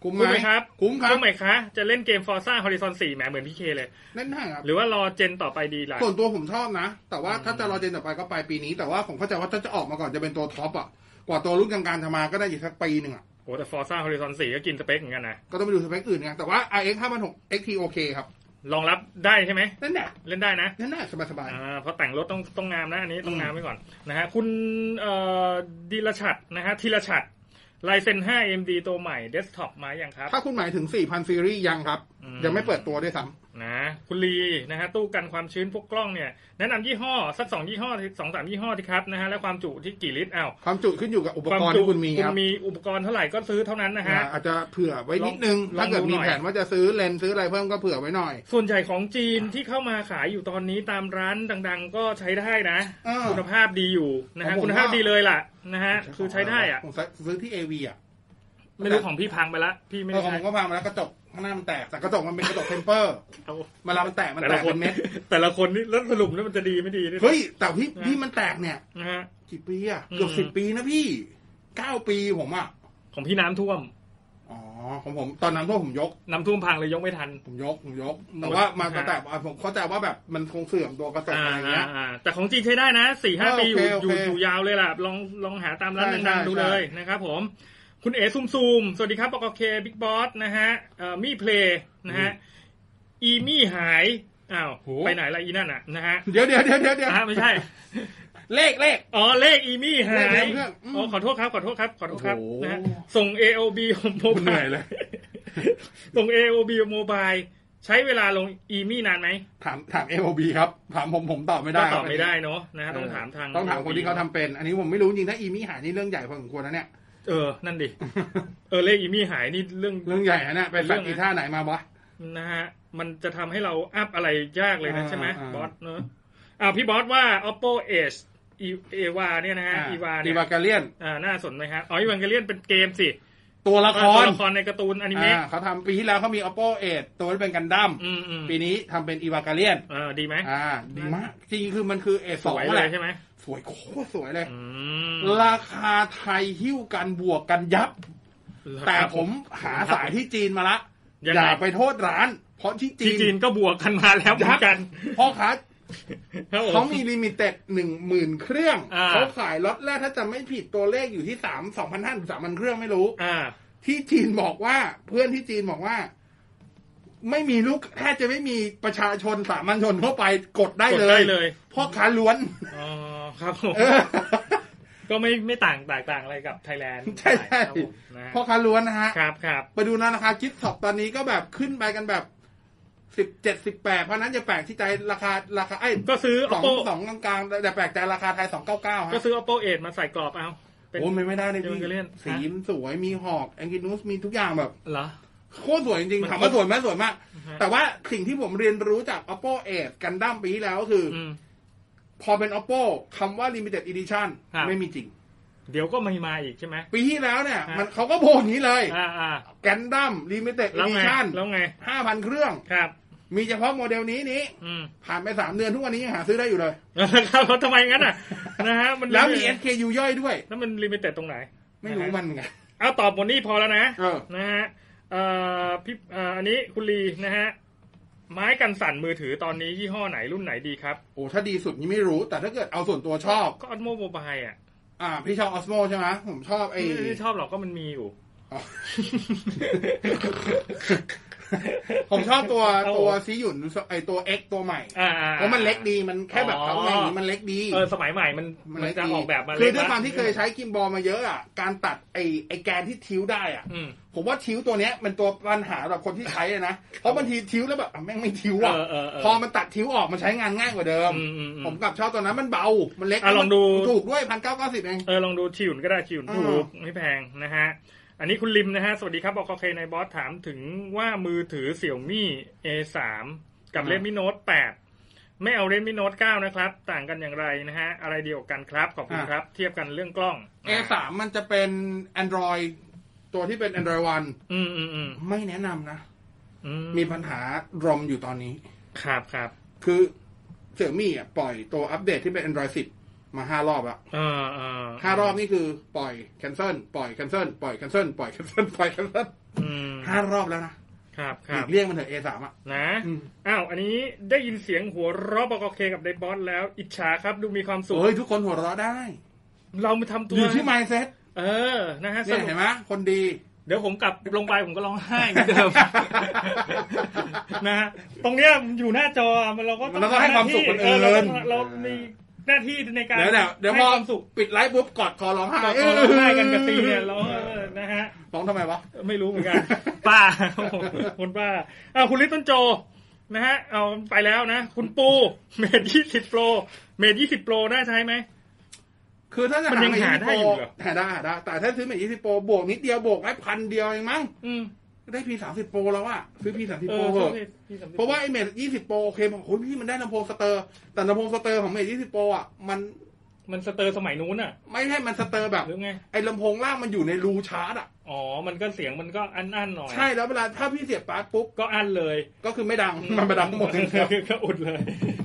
C: คุ้ม
D: คุ้มไห
C: ไห
D: ม
C: ม
D: ครับ
C: คุ้มครับ
D: คุ้มไหมคะ จะเล่นเกม Forza Horizon 4แหมเหมือนพี่เคเลย
C: เล่นได้ครับ
D: หรือว่ารอเจนต่อไปดีล่ะ
C: ส่วนตัวผมชอบนะ แต่ว่าถ้า
D: อืม
C: จะรอเจนต่อไปก็ปลายปีนี้ แต่ว่าผมเข้าใจว่าถ้าจะออกมาก่อนจะเป็นตัวท็อปอ่ะ กว่าตัวรุ่นกลางๆจะมาก็ได้อีกสักปีหนึ่งอ่ะ
D: โอ้แต่ Forza Horizon 4 ก็กินสเปคเหมือนกันนะ
C: ก็ต้องไปดูสเปคอื่นไง แต่ว่า RX 506 XT โอเคครับ
D: รองรับได้ใช่ไหม
C: นั่นแหละ
D: เล่นได้นะ
C: นั่นแหละสบาย
D: อ่าเพราะแต่งรถต้องต้องงามนะอันนี้ต้อง
C: อืม
D: งามไว้ก่อนนะฮะคุณเอ่อดีลชัดนะฮะธีรชัดลายเซ็น 5 AMD ตัวใหม่เดสก์ท็อปมาอย่างครับ
C: ๆ ถ้าคุณหมายถึง 4,000 ซีรีส์ยังครับ
D: อืม
C: ยังไม่เปิดตัวด้วยซ้
D: นะคุณลีนะฮะตู้กันความชื้นพวกกล้องเนี่ย แนะนำยี่ห้อ สักสองยี่ห้อสองสามยี่ห้อที่ครับนะฮะและความจุที่กี่ลิตรอ้าว
C: ำความจุขึ้นอยู่กับอุป
D: ความ
C: กรณ์
D: จุ
C: ที่คุณมีครับ
D: มีอุปกรณ์เท่าไหร่ก็ซื้อเท่านั้นนะฮะ
C: อ่าอาจจะเผื่อไว้นิดนึง
D: ลอง
C: ถ้าเกิด
D: ลองดู
C: มี
D: หน่อย
C: แผนว่าจะซื้อเลนส์ซื้ออะไรเพิ่มก็เผื่อไว้หน่อย
D: ส่วนใหญ่ของจีนที่เข้ามาขายอยู่ตอนนี้ตามร้านดัง ๆ ก็ใช้ได้นะ
C: เออ
D: คุณภาพดีอยู่นะฮะ
C: ของผม
D: คุณภาพดีเลยล่ะนะฮะคือใช้ได้อ่ะ
C: ผมซื้อที่ AV อ่ะ
D: ไม่รู้ของพี่พังไปละพี่ไม่
C: เอ
D: ได้
C: อของ
D: ใช้
C: ผมก็พามาแล้วกระจกข้างหน้ามันแตกแต่กระจกมันเป็นกระจกเทมเปอร์
D: เอา
C: เวลามันแตกมัน
D: แต่
C: แต
D: ละค
C: กเป็น นเม็ด
D: แต่ละคนนี่แล้วสรุปแล้วมันจะดีไม่ดีนี่
C: เฮ้ย แต่พี่พี่มันแตกเนี่ย
D: นะฮะ
C: กี่ปีอะ
D: อืม
C: เกือบสิบ10 ปีนะพี่เก้าปีผมอะ
D: ของพี่น้ำท่วม
C: อ๋อของผมตอนนั้นพวกผมยก
D: น้ำท่วมพังเลยยกไม่ทัน
C: ผมยกผมยก แต่ว่ามา
D: ฮะ
C: แต่ว่าผมเข้าใจว่าแบบมันคงเสื่อมตัวกระจก
D: อ่า
C: อะไรเงี้ย
D: อ่าแต่ของจีนใช้ได้นะสี่ห้า
C: เออ
D: ปีอยู่
C: โอ
D: อยู่
C: เคโอเค
D: อยู่ยาวเลยล่ะ ลองลองหาตามร้าน
C: ใช่
D: ดังๆดู
C: ใช่
D: เลยนะครับผม คุณเอซุมซูม สวัสดีครับปกเคบิ๊กบอสนะฮะเอ่อมี่เพลย์นะฮะอีมี่หายอ้าวไปไหนละอีนั่นอ่ะนะฮะ
C: เดี๋ยวเดี๋ยวเดี๋ยวเดี๋ยวเดี๋ยว
D: อ่าไม่ใช่
C: เลขเลข
D: อ๋อเลขอีมี่หา
C: เลข
D: ย
C: เดียวเพื่อนอืม
D: อ๋อขอโทษครับขอโทษครับขอโทษครับ
C: โอ้โห
D: นะฮะส่ง AOB ของผม
C: เหนื่อยเลย
D: ตรง AOB Mobile ใช้เวลาลง e m i นานไหม
C: ถามถาม AOB ครับ ถามผมผมตอบไม่ได้
D: ก็
C: ค
D: ต
C: รั
D: อบไม่ได้เนาะนะฮะต้องถามทาง
C: ต้องถามคนที่เขาทำเป็น อันนี้ผมไม่รู้จริงถ้าอีมี่หายนี่เรื่องใหญ่พอสมควรนะเนี่ย
D: เออ นั่นดิ เออเลข e m i หายนี่เรื่อง
C: เรื่องใหญ่นะเนี่ยเป็น
D: เรื่
C: สั
D: อง
C: ก
D: นะ
C: อีท่าไหนมาวะ
D: นะฮะ มันจะทำให้เราอัพอะไรยากเลยนะ
C: อ่า
D: ใช่ไหม
C: อ่า
D: บอสเนอะอ่าพี่บอสว่า Oppo Edge อีเอวาเนี่ยนะฮะอีวา
C: อี
D: เนี่ยว
C: ากาเลียน
D: อ่าน่าสนไหมฮะอ๋ออีวานเกเลียนเป็นเกมสิ
C: ตัวละค
D: ตัว
C: ร
D: ละครในการ์ตูนอนิเมะ
C: อ่าเขาทำปีที่แล้วเขามี oppo 8ตัวที่เป็นกันดั้ม
D: อืมอืม
C: ปีนี้ทำเป็นอีวากาเลียน
D: เออดีไหม
C: อ่า ดีมาก จริงๆคือมันคือเอ
D: ส
C: สอง
D: วย
C: อะ
D: เล
C: ไร
D: ยใช่ไหม
C: สวยโคตรสวยเลย
D: อืม
C: ราคาไทยหิ้วกันบวกกันยับ แต่
D: ครับ
C: ผมหาสายที่จีนมาละ
D: ยังไง
C: อย่าไปโทษร้าน เพราะที่
D: ที่จีนก็บวกกันมาแล้วเหมือนกัน
C: พ่อค้า
D: ครับผ
C: เขามีลิมิเต็ดหนึ่งหมื่นเครื่อง
D: อ่า
C: เขาขายล็อตแรกถ้าจะไม่ผิดตัวเลขอยู่ที่สามสองพันห้าสามพันเครื่องไม่รู้
D: อ่า
C: ที่จีนบอกว่าเพื่อนที่จีนบอกว่า ไม่มีลูกแทบจะไม่มีประชาชนสามัญชนเข้าไปกดได้
D: กดได้เลย
C: พ่อค้าล้วน
D: อ๋อครับผม
C: เออ
D: ก็ไม่ไม่ต่างแตกต่างอะไรกับไทยแลนด์
C: ใช่ใช่
D: ครับผมนะ
C: พ่อค้าล้วนนะฮะ
D: ครับครับ
C: ไปดูนะราคาคิดสอบตอนนี้ก็แบบขึ้นไปกันแบบสิบเจ็ดสิบแปดเพราะฉะนั้นจะแปลกที่ใจราคาราคาไอ้
D: ก็ซื้อ
C: สอง
D: oppo
C: สองกลางๆแต่แปลกใจราคาไทยสองเก้าเก้าฮะ
D: ก็ซื้อ oppo 8มาใส่กรอบเอาเป็น
C: โอ้ไม่ไม่ได้เลย
D: เดี๋ยวมั
C: พี่
D: นก็เลี่ยน
C: สีมันสวยมีหอกแองกินูสมีทุกอย่างแบบ
D: เหรอ
C: โคตรสวยจริง
D: มัน
C: ๆถามว่าสวยไหมสวยมาก
D: ฮะ
C: แต่ว่าสิ่งที่ผมเรียนรู้จาก oppo a 8กันดั้มปีที่แล้วก็คืออ
D: อืม
C: พอเป็น oppo คำว่า limited edition
D: ครับ
C: ไม่มีจริง
D: เดี๋ยวก็ไม่มาอีกใช่ไหม
C: ปีที่แล้วเนี่ย
D: ฮะ
C: มันเขาก็โพสต์อย่างนี้เลย
D: อ่าอ่า
C: กันดั้ม limited
D: แล้วไง
C: edition
D: แล้วไง
C: ห้าพันเครื่อง
D: ครับ
C: มีเฉพาะโมเดลนี้นี้
D: อืม
C: ผ่านไปสามเดือนทุกวันนี้ยังหาซื้อได้อยู่เลย
D: ครับแล้วทำไมงั้นอ่ะนะฮะมัน
C: แล้วมี SKU ย่อยด้วย
D: แล้วมันลิมิเต็ดตรงไหน
C: ไม่
D: ะ
C: รู้
D: ฮะ
C: มันไง
D: เอาตอบหมดนี่พอแล้วนะ
C: เออ
D: นะฮะเอ่อพี่เอ่ออันนี้คุณลีนะฮะไม้กันสั่นมือถือตอนนี้ยี่ห้อไหนรุ่นไหนดีครับ
C: โอ้ถ้าดีสุดนี่ไม่รู้ แต่ถ้าเกิดเอาส่วนตัวชอบ
D: ก็ออโมโมบายอ่ะ
C: อ่า พี่ชอบออสโมใช่ไหมผมชอบไอ้
D: ไม่ได้ชอบหรอกก็มันมีอยู่
C: อ๋อ ผมชอบตัว
D: เอา
C: ตัวซีหยุ่นไอตัว X ตัวใหม่
D: อ่าๆ
C: เพราะมันเล็กดีมันแค่แบบ
D: อ๋อ
C: เขาไงนี้มันเล็กดี
D: เออสมัยใหม่มัน
C: มัน
D: มัน
C: เล็ก
D: จะ
C: ดี
D: ออกแบบมา
C: คือ
D: เล็ก
C: ด้วยความ
D: นะ
C: ที่เคยใช้กิมบอลมาเยอะอ่ะการตัดไอไอแกนที่ทิ้วได้อ่ะ
D: อืม
C: ผมว่าทิ้วตัวเนี้ยมันตัวปัญหาแบบคนที่ใช้อะนะ เพราะบางทีทิ้วแล้วแบบอ่ะแม่งไม่ทิ้วอ่ะ
D: เออเออเออ
C: พอมันตัดทิ้วออกมันใช้งานง่ายกว่าเดิม
D: อืมอืมอืม
C: ผมกลับชอบตัวนั้นมันเบา มันเล็ก
D: อ่ะลองดู
C: ถูกด้วยพันเก้าเก้าสิบเอง
D: เออลองดูชิวหยุ่นก็ได้ชิวหยุ่น
C: อ่า
D: ถูกไม่แพงนะฮะ อันนี้คุณลิมนะฮะ สวัสดีครับบอกโอเคในบอสถามถึงว่ามือถือเสี่ยวมี่ A3 กับ
C: อ่า
D: เรมิโนต8ไม่เอาเรมิโนต9นะครับ ต่างกันอย่างไรนะฮะ อะไรเดียวกันครับ ขอบคุณครับ เทียบกันเรื่องกล้อง
C: A3 มันจะเป็น Android ตัวที่เป็น Android One
D: อืมอืมอืม
C: ไม่แนะนำนะ
D: อืม
C: มีปัญหารอมอยู่ตอนนี้
D: ครับครับ
C: คือเสี่ยมี่อ่ะปล่อยตัวอัปเดตที่เป็น Android 10 มาห้ารอบแล้ว
D: เออเออ
C: ห้ารอบนี่คือปล่อย cancel ปล่อย cancel ปล่อย cancel ปล่อย cancel ปล่อย cancel
D: อืม
C: ห้ารอบแล้วนะครับ
D: ค
C: หลี
D: รับ
C: กเลี่ยงมันเถอะ A3 อ่ะ
D: นะ
C: อืม
D: อ้าวอันนี้ได้ยินเสียงหัวเราะบอกโอเคกับไดบอสแล้ว อิจฉาครับดูมีความสุข
C: เฮ้ยทุกคนหัวเราะได้
D: เรามาทำตัว
C: อยู่ที่ mindset
D: เออนะฮะส
C: เนี่ย
D: รุป
C: เห็นไหมคนดี
D: เดี๋ยวผมกลับลงไปผมก็ร้องไห้เหมือนเดิม นะฮะตรงเนี้ยมันอยู่หน้าจอมันเราก็ต้อ
C: เรา
D: ง
C: ก็ให้ความสุขคนอื่น
D: เเราต้องเรามีหน้าที่ในการ
C: เดี๋ยวเดี๋ยวเดี๋ยวพ
D: ให้
C: อ
D: ความสุข
C: ปิดไลฟ์ปุ๊บกอดคอร้องไห้
D: เราร้องไห้กันกับตีเนี่ยเราเออนะฮะ
C: ร้องทำไมวะ
D: ไม่รู้เหมือนกัน ป้า คนป้าอ่าคุณลิตต้นโจ นะฮะ เอาไปแล้วนะ คุณปู เมดยี่สิบโปร เมดยี่สิบโปรน่าใช้ไหม
C: คือถ้าจะ
D: มันยังหา
C: หา
D: ได้อยู่เหรอ
C: หาได้หาได้ แต่ถ้าซื้อเมยี่สิบโปรบวกนิดเดียวบวกไว้พันเดียวเองมั้ง
D: อืม
C: ได้พีสามสิบโปรแล้วอะซื้อพีสามสิบ
D: เอ
C: โปร
D: อ
C: เถอะ
D: ใช่
C: เพราะว่าไอเมทยี่สิบโปรโอเคบอกโอ้ยพี่มันได้ลำโพงสเตอร์ แต่ลำโพงสเตอร์ของเมทยี่สิบโปรอะมัน
D: มันสเตอร์สมัยนู้นอ่ะ
C: ไม่ให้มันสเตอร์แบบ
D: หรือไง
C: ไอลำโพงล่างมันอยู่ในรูชาร์จอะ
D: อ๋อ มันก็เสียงมันก็อันอันๆหน่อย
C: ใช่แล้วเวลาถ้าพี่เสียบปลั๊กปุ๊บ
D: ก็อันเลย
C: ก็คือไม่ดัง มันไปดังหมดเลย
D: ก็อุดเลย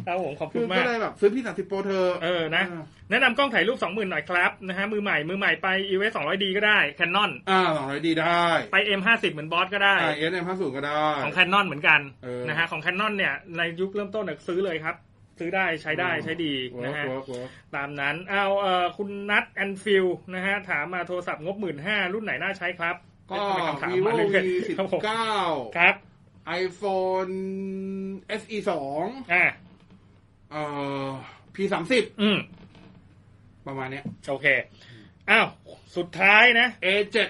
D: ครับผมขอบคุ
C: คื
D: ณ
C: อ
D: มา
C: ก็
D: ก
C: เลยแบบซื้อพี่สามสิบโปรเธอ
D: เออ นะ
C: อ่า
D: แนะนำกล้องถ่ายรูปสองหมื่นหน่อยครับ นะฮะ มือใหม่ มือใหม่ไป e v สองร้อยดีก็ได้ Canon
C: อ่าสองร้อยดีได้
D: ไป M ห้าสิบเหมือนบอสก็ได้
C: ไอเอสเอ็มห้าสูก็ได้
D: ของแคนนอนเหมือนกัน
C: เออ
D: นะฮะของแคนนอนเนี่ยในยุคเริ่มต้นเนี่ยซื้อเลยครับ ซื้อได้ใช้ได้ใช้ดี
C: เวิร์
D: นะ
C: ก
D: ฮะ
C: เวิร์กเวิร์ก
D: ตามนั้นเอาเอ่อคุณนัทแอนฟิลนะฮะถามมาโทรศัพท์งบหมื่นห้ารุ่นไหนน่าใช้ครับ
C: ก็
D: เอ๊ะทำไมคำถาม
C: วีโว
D: มาเรื่อย
C: วีสิ
D: ๆ
C: บ
D: ครับผม
C: เก้า
D: ครับ
C: iPhone SE สอง
D: อ่า
C: เอ่อ P สามสิบ
D: อืม
C: ประมาณเนี้ย
D: โอเคอ้าวสุดท้ายนะ
C: A เจ็ด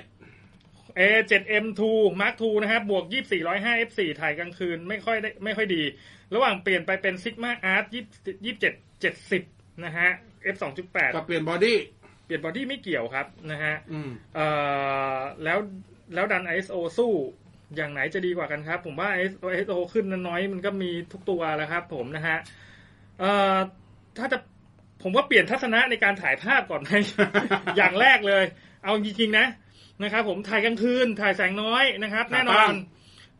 D: A7M2 Mark II นะครับบวก 2405 F4 ถ่ายกลางคืนไม่ค่อยได้ไม่ค่อยดี ระหว่างเปลี่ยนไปเป็น Sigma Art 27 70 นะฮะ F 2.8
C: กับเปลี่ยนบอดี้
D: เปลี่ยนบอดี้ไม่เกี่ยวครับนะฮะ
C: อืม
D: เอ่อแล้วแล้วดัน ISO สู้อย่างไหนจะดีกว่ากันครับ ผมว่า ISO ISO ขึ้นน้อยๆมันก็มีทุกตัวแล้วครับผมนะฮะเอ่อถ้าจะผมว่าเปลี่ยนทัศนะในการถ่ายภาพก่อนไหม อย่างแรกเลย เอาจริงๆนะนะครับ ผมถ่ายกลางคืนถ่ายแสงน้อยนะครับ
C: ขาตั้
D: แน่
C: ง
D: นอน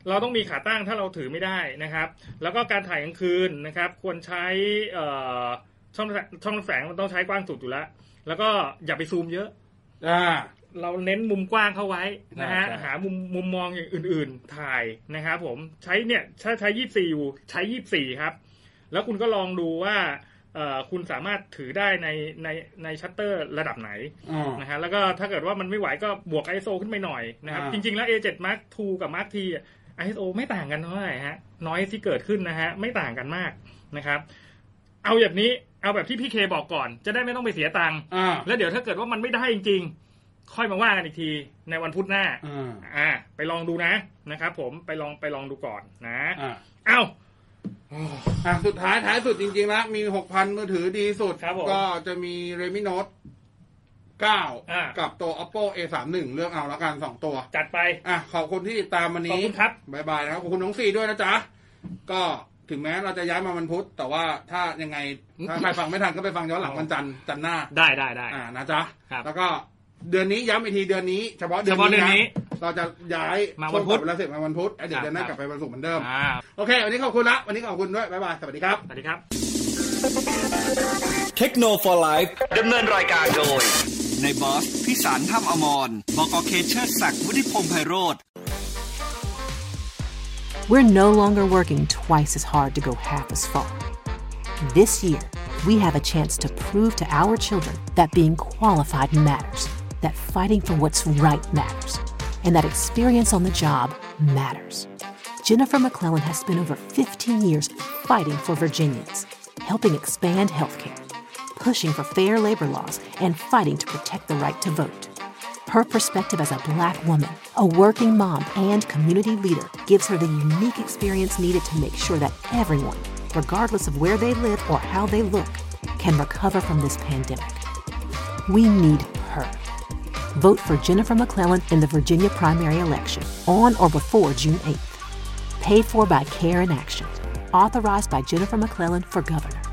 D: เราต้องมีขาตั้งถ้าเราถือไม่ได้นะครับ แล้วก็การถ่ายกลางคืนนะครับ ควรใช้เอ่อช่องแสงช่องแสงมันต้องใช้กว้างสุดอยู่แล้ว แล้วก็อย่าไปซูมเยอะ
C: อ่า
D: เราเน้นมุมกว้างเข้าไว้นะฮะ
C: ใช่ใช่
D: หามุมมุมมองอย่างอื่น ๆ ถ่ายนะครับผมใช้เนี่ยถ้าใช้ยี่สี่อยู่ใช้ยี่สี่ครับ แล้วคุณก็ลองดูว่าเอ่อคุณสามารถถือได้ในในในชัตเตอร์ระดับไหน
C: อ่า
D: นะฮะแล้วก็ถ้าเกิดว่ามันไม่ไหวก็บวก ISO ขึ้นไปหน่อยนะครับ
C: อ่า
D: จริง ๆ แล้ว A7 Mark II กับ Mark T ISO ไม่ต่างกันเท่าไหร่ฮะน้อยที่เกิดขึ้นนะฮะไม่ต่างกันมากนะครับ เอาแบบนี้เอาแบบที่พี่เคบอกก่อน จะได้ไม่ต้องไปเสียตังค์
C: อ่า
D: แล้วเดี๋ยวถ้าเกิดว่ามันไม่ได้จริงๆ ค่อยมาว่ากันอีกทีในวันพุธหน้า
C: อ่า
D: อ่า ไปลองดูนะนะครับผมไปลองไปลองดูก่อนนะ
C: อ่า
D: เอ้า
C: อ่ะสุดท้ายท้ายสุดจริงๆแล้วมีหกพันมือถือดีสุด
D: ครับผม
C: ก็จะมี Redmi Note 9
D: อ่า
C: กับตัว Oppo A31 เลือกเอาละกันสองตัว
D: จัดไป
C: อ่ะขอบคุณที่ติดตามวัน
D: ขอ
C: นี้
D: บคุณครับ
C: บายบายนะครับ ขอบคุณน้องสี่ด้วยนะจ๊ะ ก็ถึงแม้เราจะย้ายมาวันพุธ แต่ว่าถ้ายังไง ถ้าใครฟังไม่ทันก็ไปฟังย้อนหลังวันจันทร์จันทร์หน้า
D: ได้ได้ได้
C: อ่านะจ๊ะ
D: ครับ
C: แล้วก็เดือนนี้ย้ำอีกทีเดือนนี้ เฉพาะเดือน
D: เฉพาะเดือนนี้
C: นี้นะเราจะย้าย
D: มาวันพุธ
C: ช่งกลับเวลาเสร็จมาวันพุธแล้วเดี๋ยว
D: ครับ
C: เดือนหน้า
D: ค
C: ก
D: รับ
C: ลับไปวันศุกร์เหมือนเดิม
D: อ่า
C: โอเค วันนี้ขอบคุณละ วันนี้ขอบคุณด้วย บ๊ายบาย สวัสดีครับ
D: สวัสดีครับ
A: เทคโนโลยีไลฟ์
B: ดำเนินรายการโดย
A: ในบอสพิสารถ้ำอมรบอกอเคเชิดศักดิ์วุฒิพงษ์ไพโรธ
F: we're no longer working twice as hard to go half as far. This year, we have a chance to prove to our children that being qualified matters, that fighting for what's right matters, and that experience on the job matters. Jennifer McClellan has spent over 15 years fighting for Virginians, helping expand healthcare, pushing for fair labor laws, and fighting to protect the right to vote. Her perspective as a black woman, a working mom, and community leader gives her the unique experience needed to make sure that everyone, regardless of where they live or how they look, can recover from this pandemic. We need her. Vote for Jennifer McClellan in the Virginia primary election on or before June 8th. Paid for by Care in Action. Authorized by Jennifer McClellan for governor.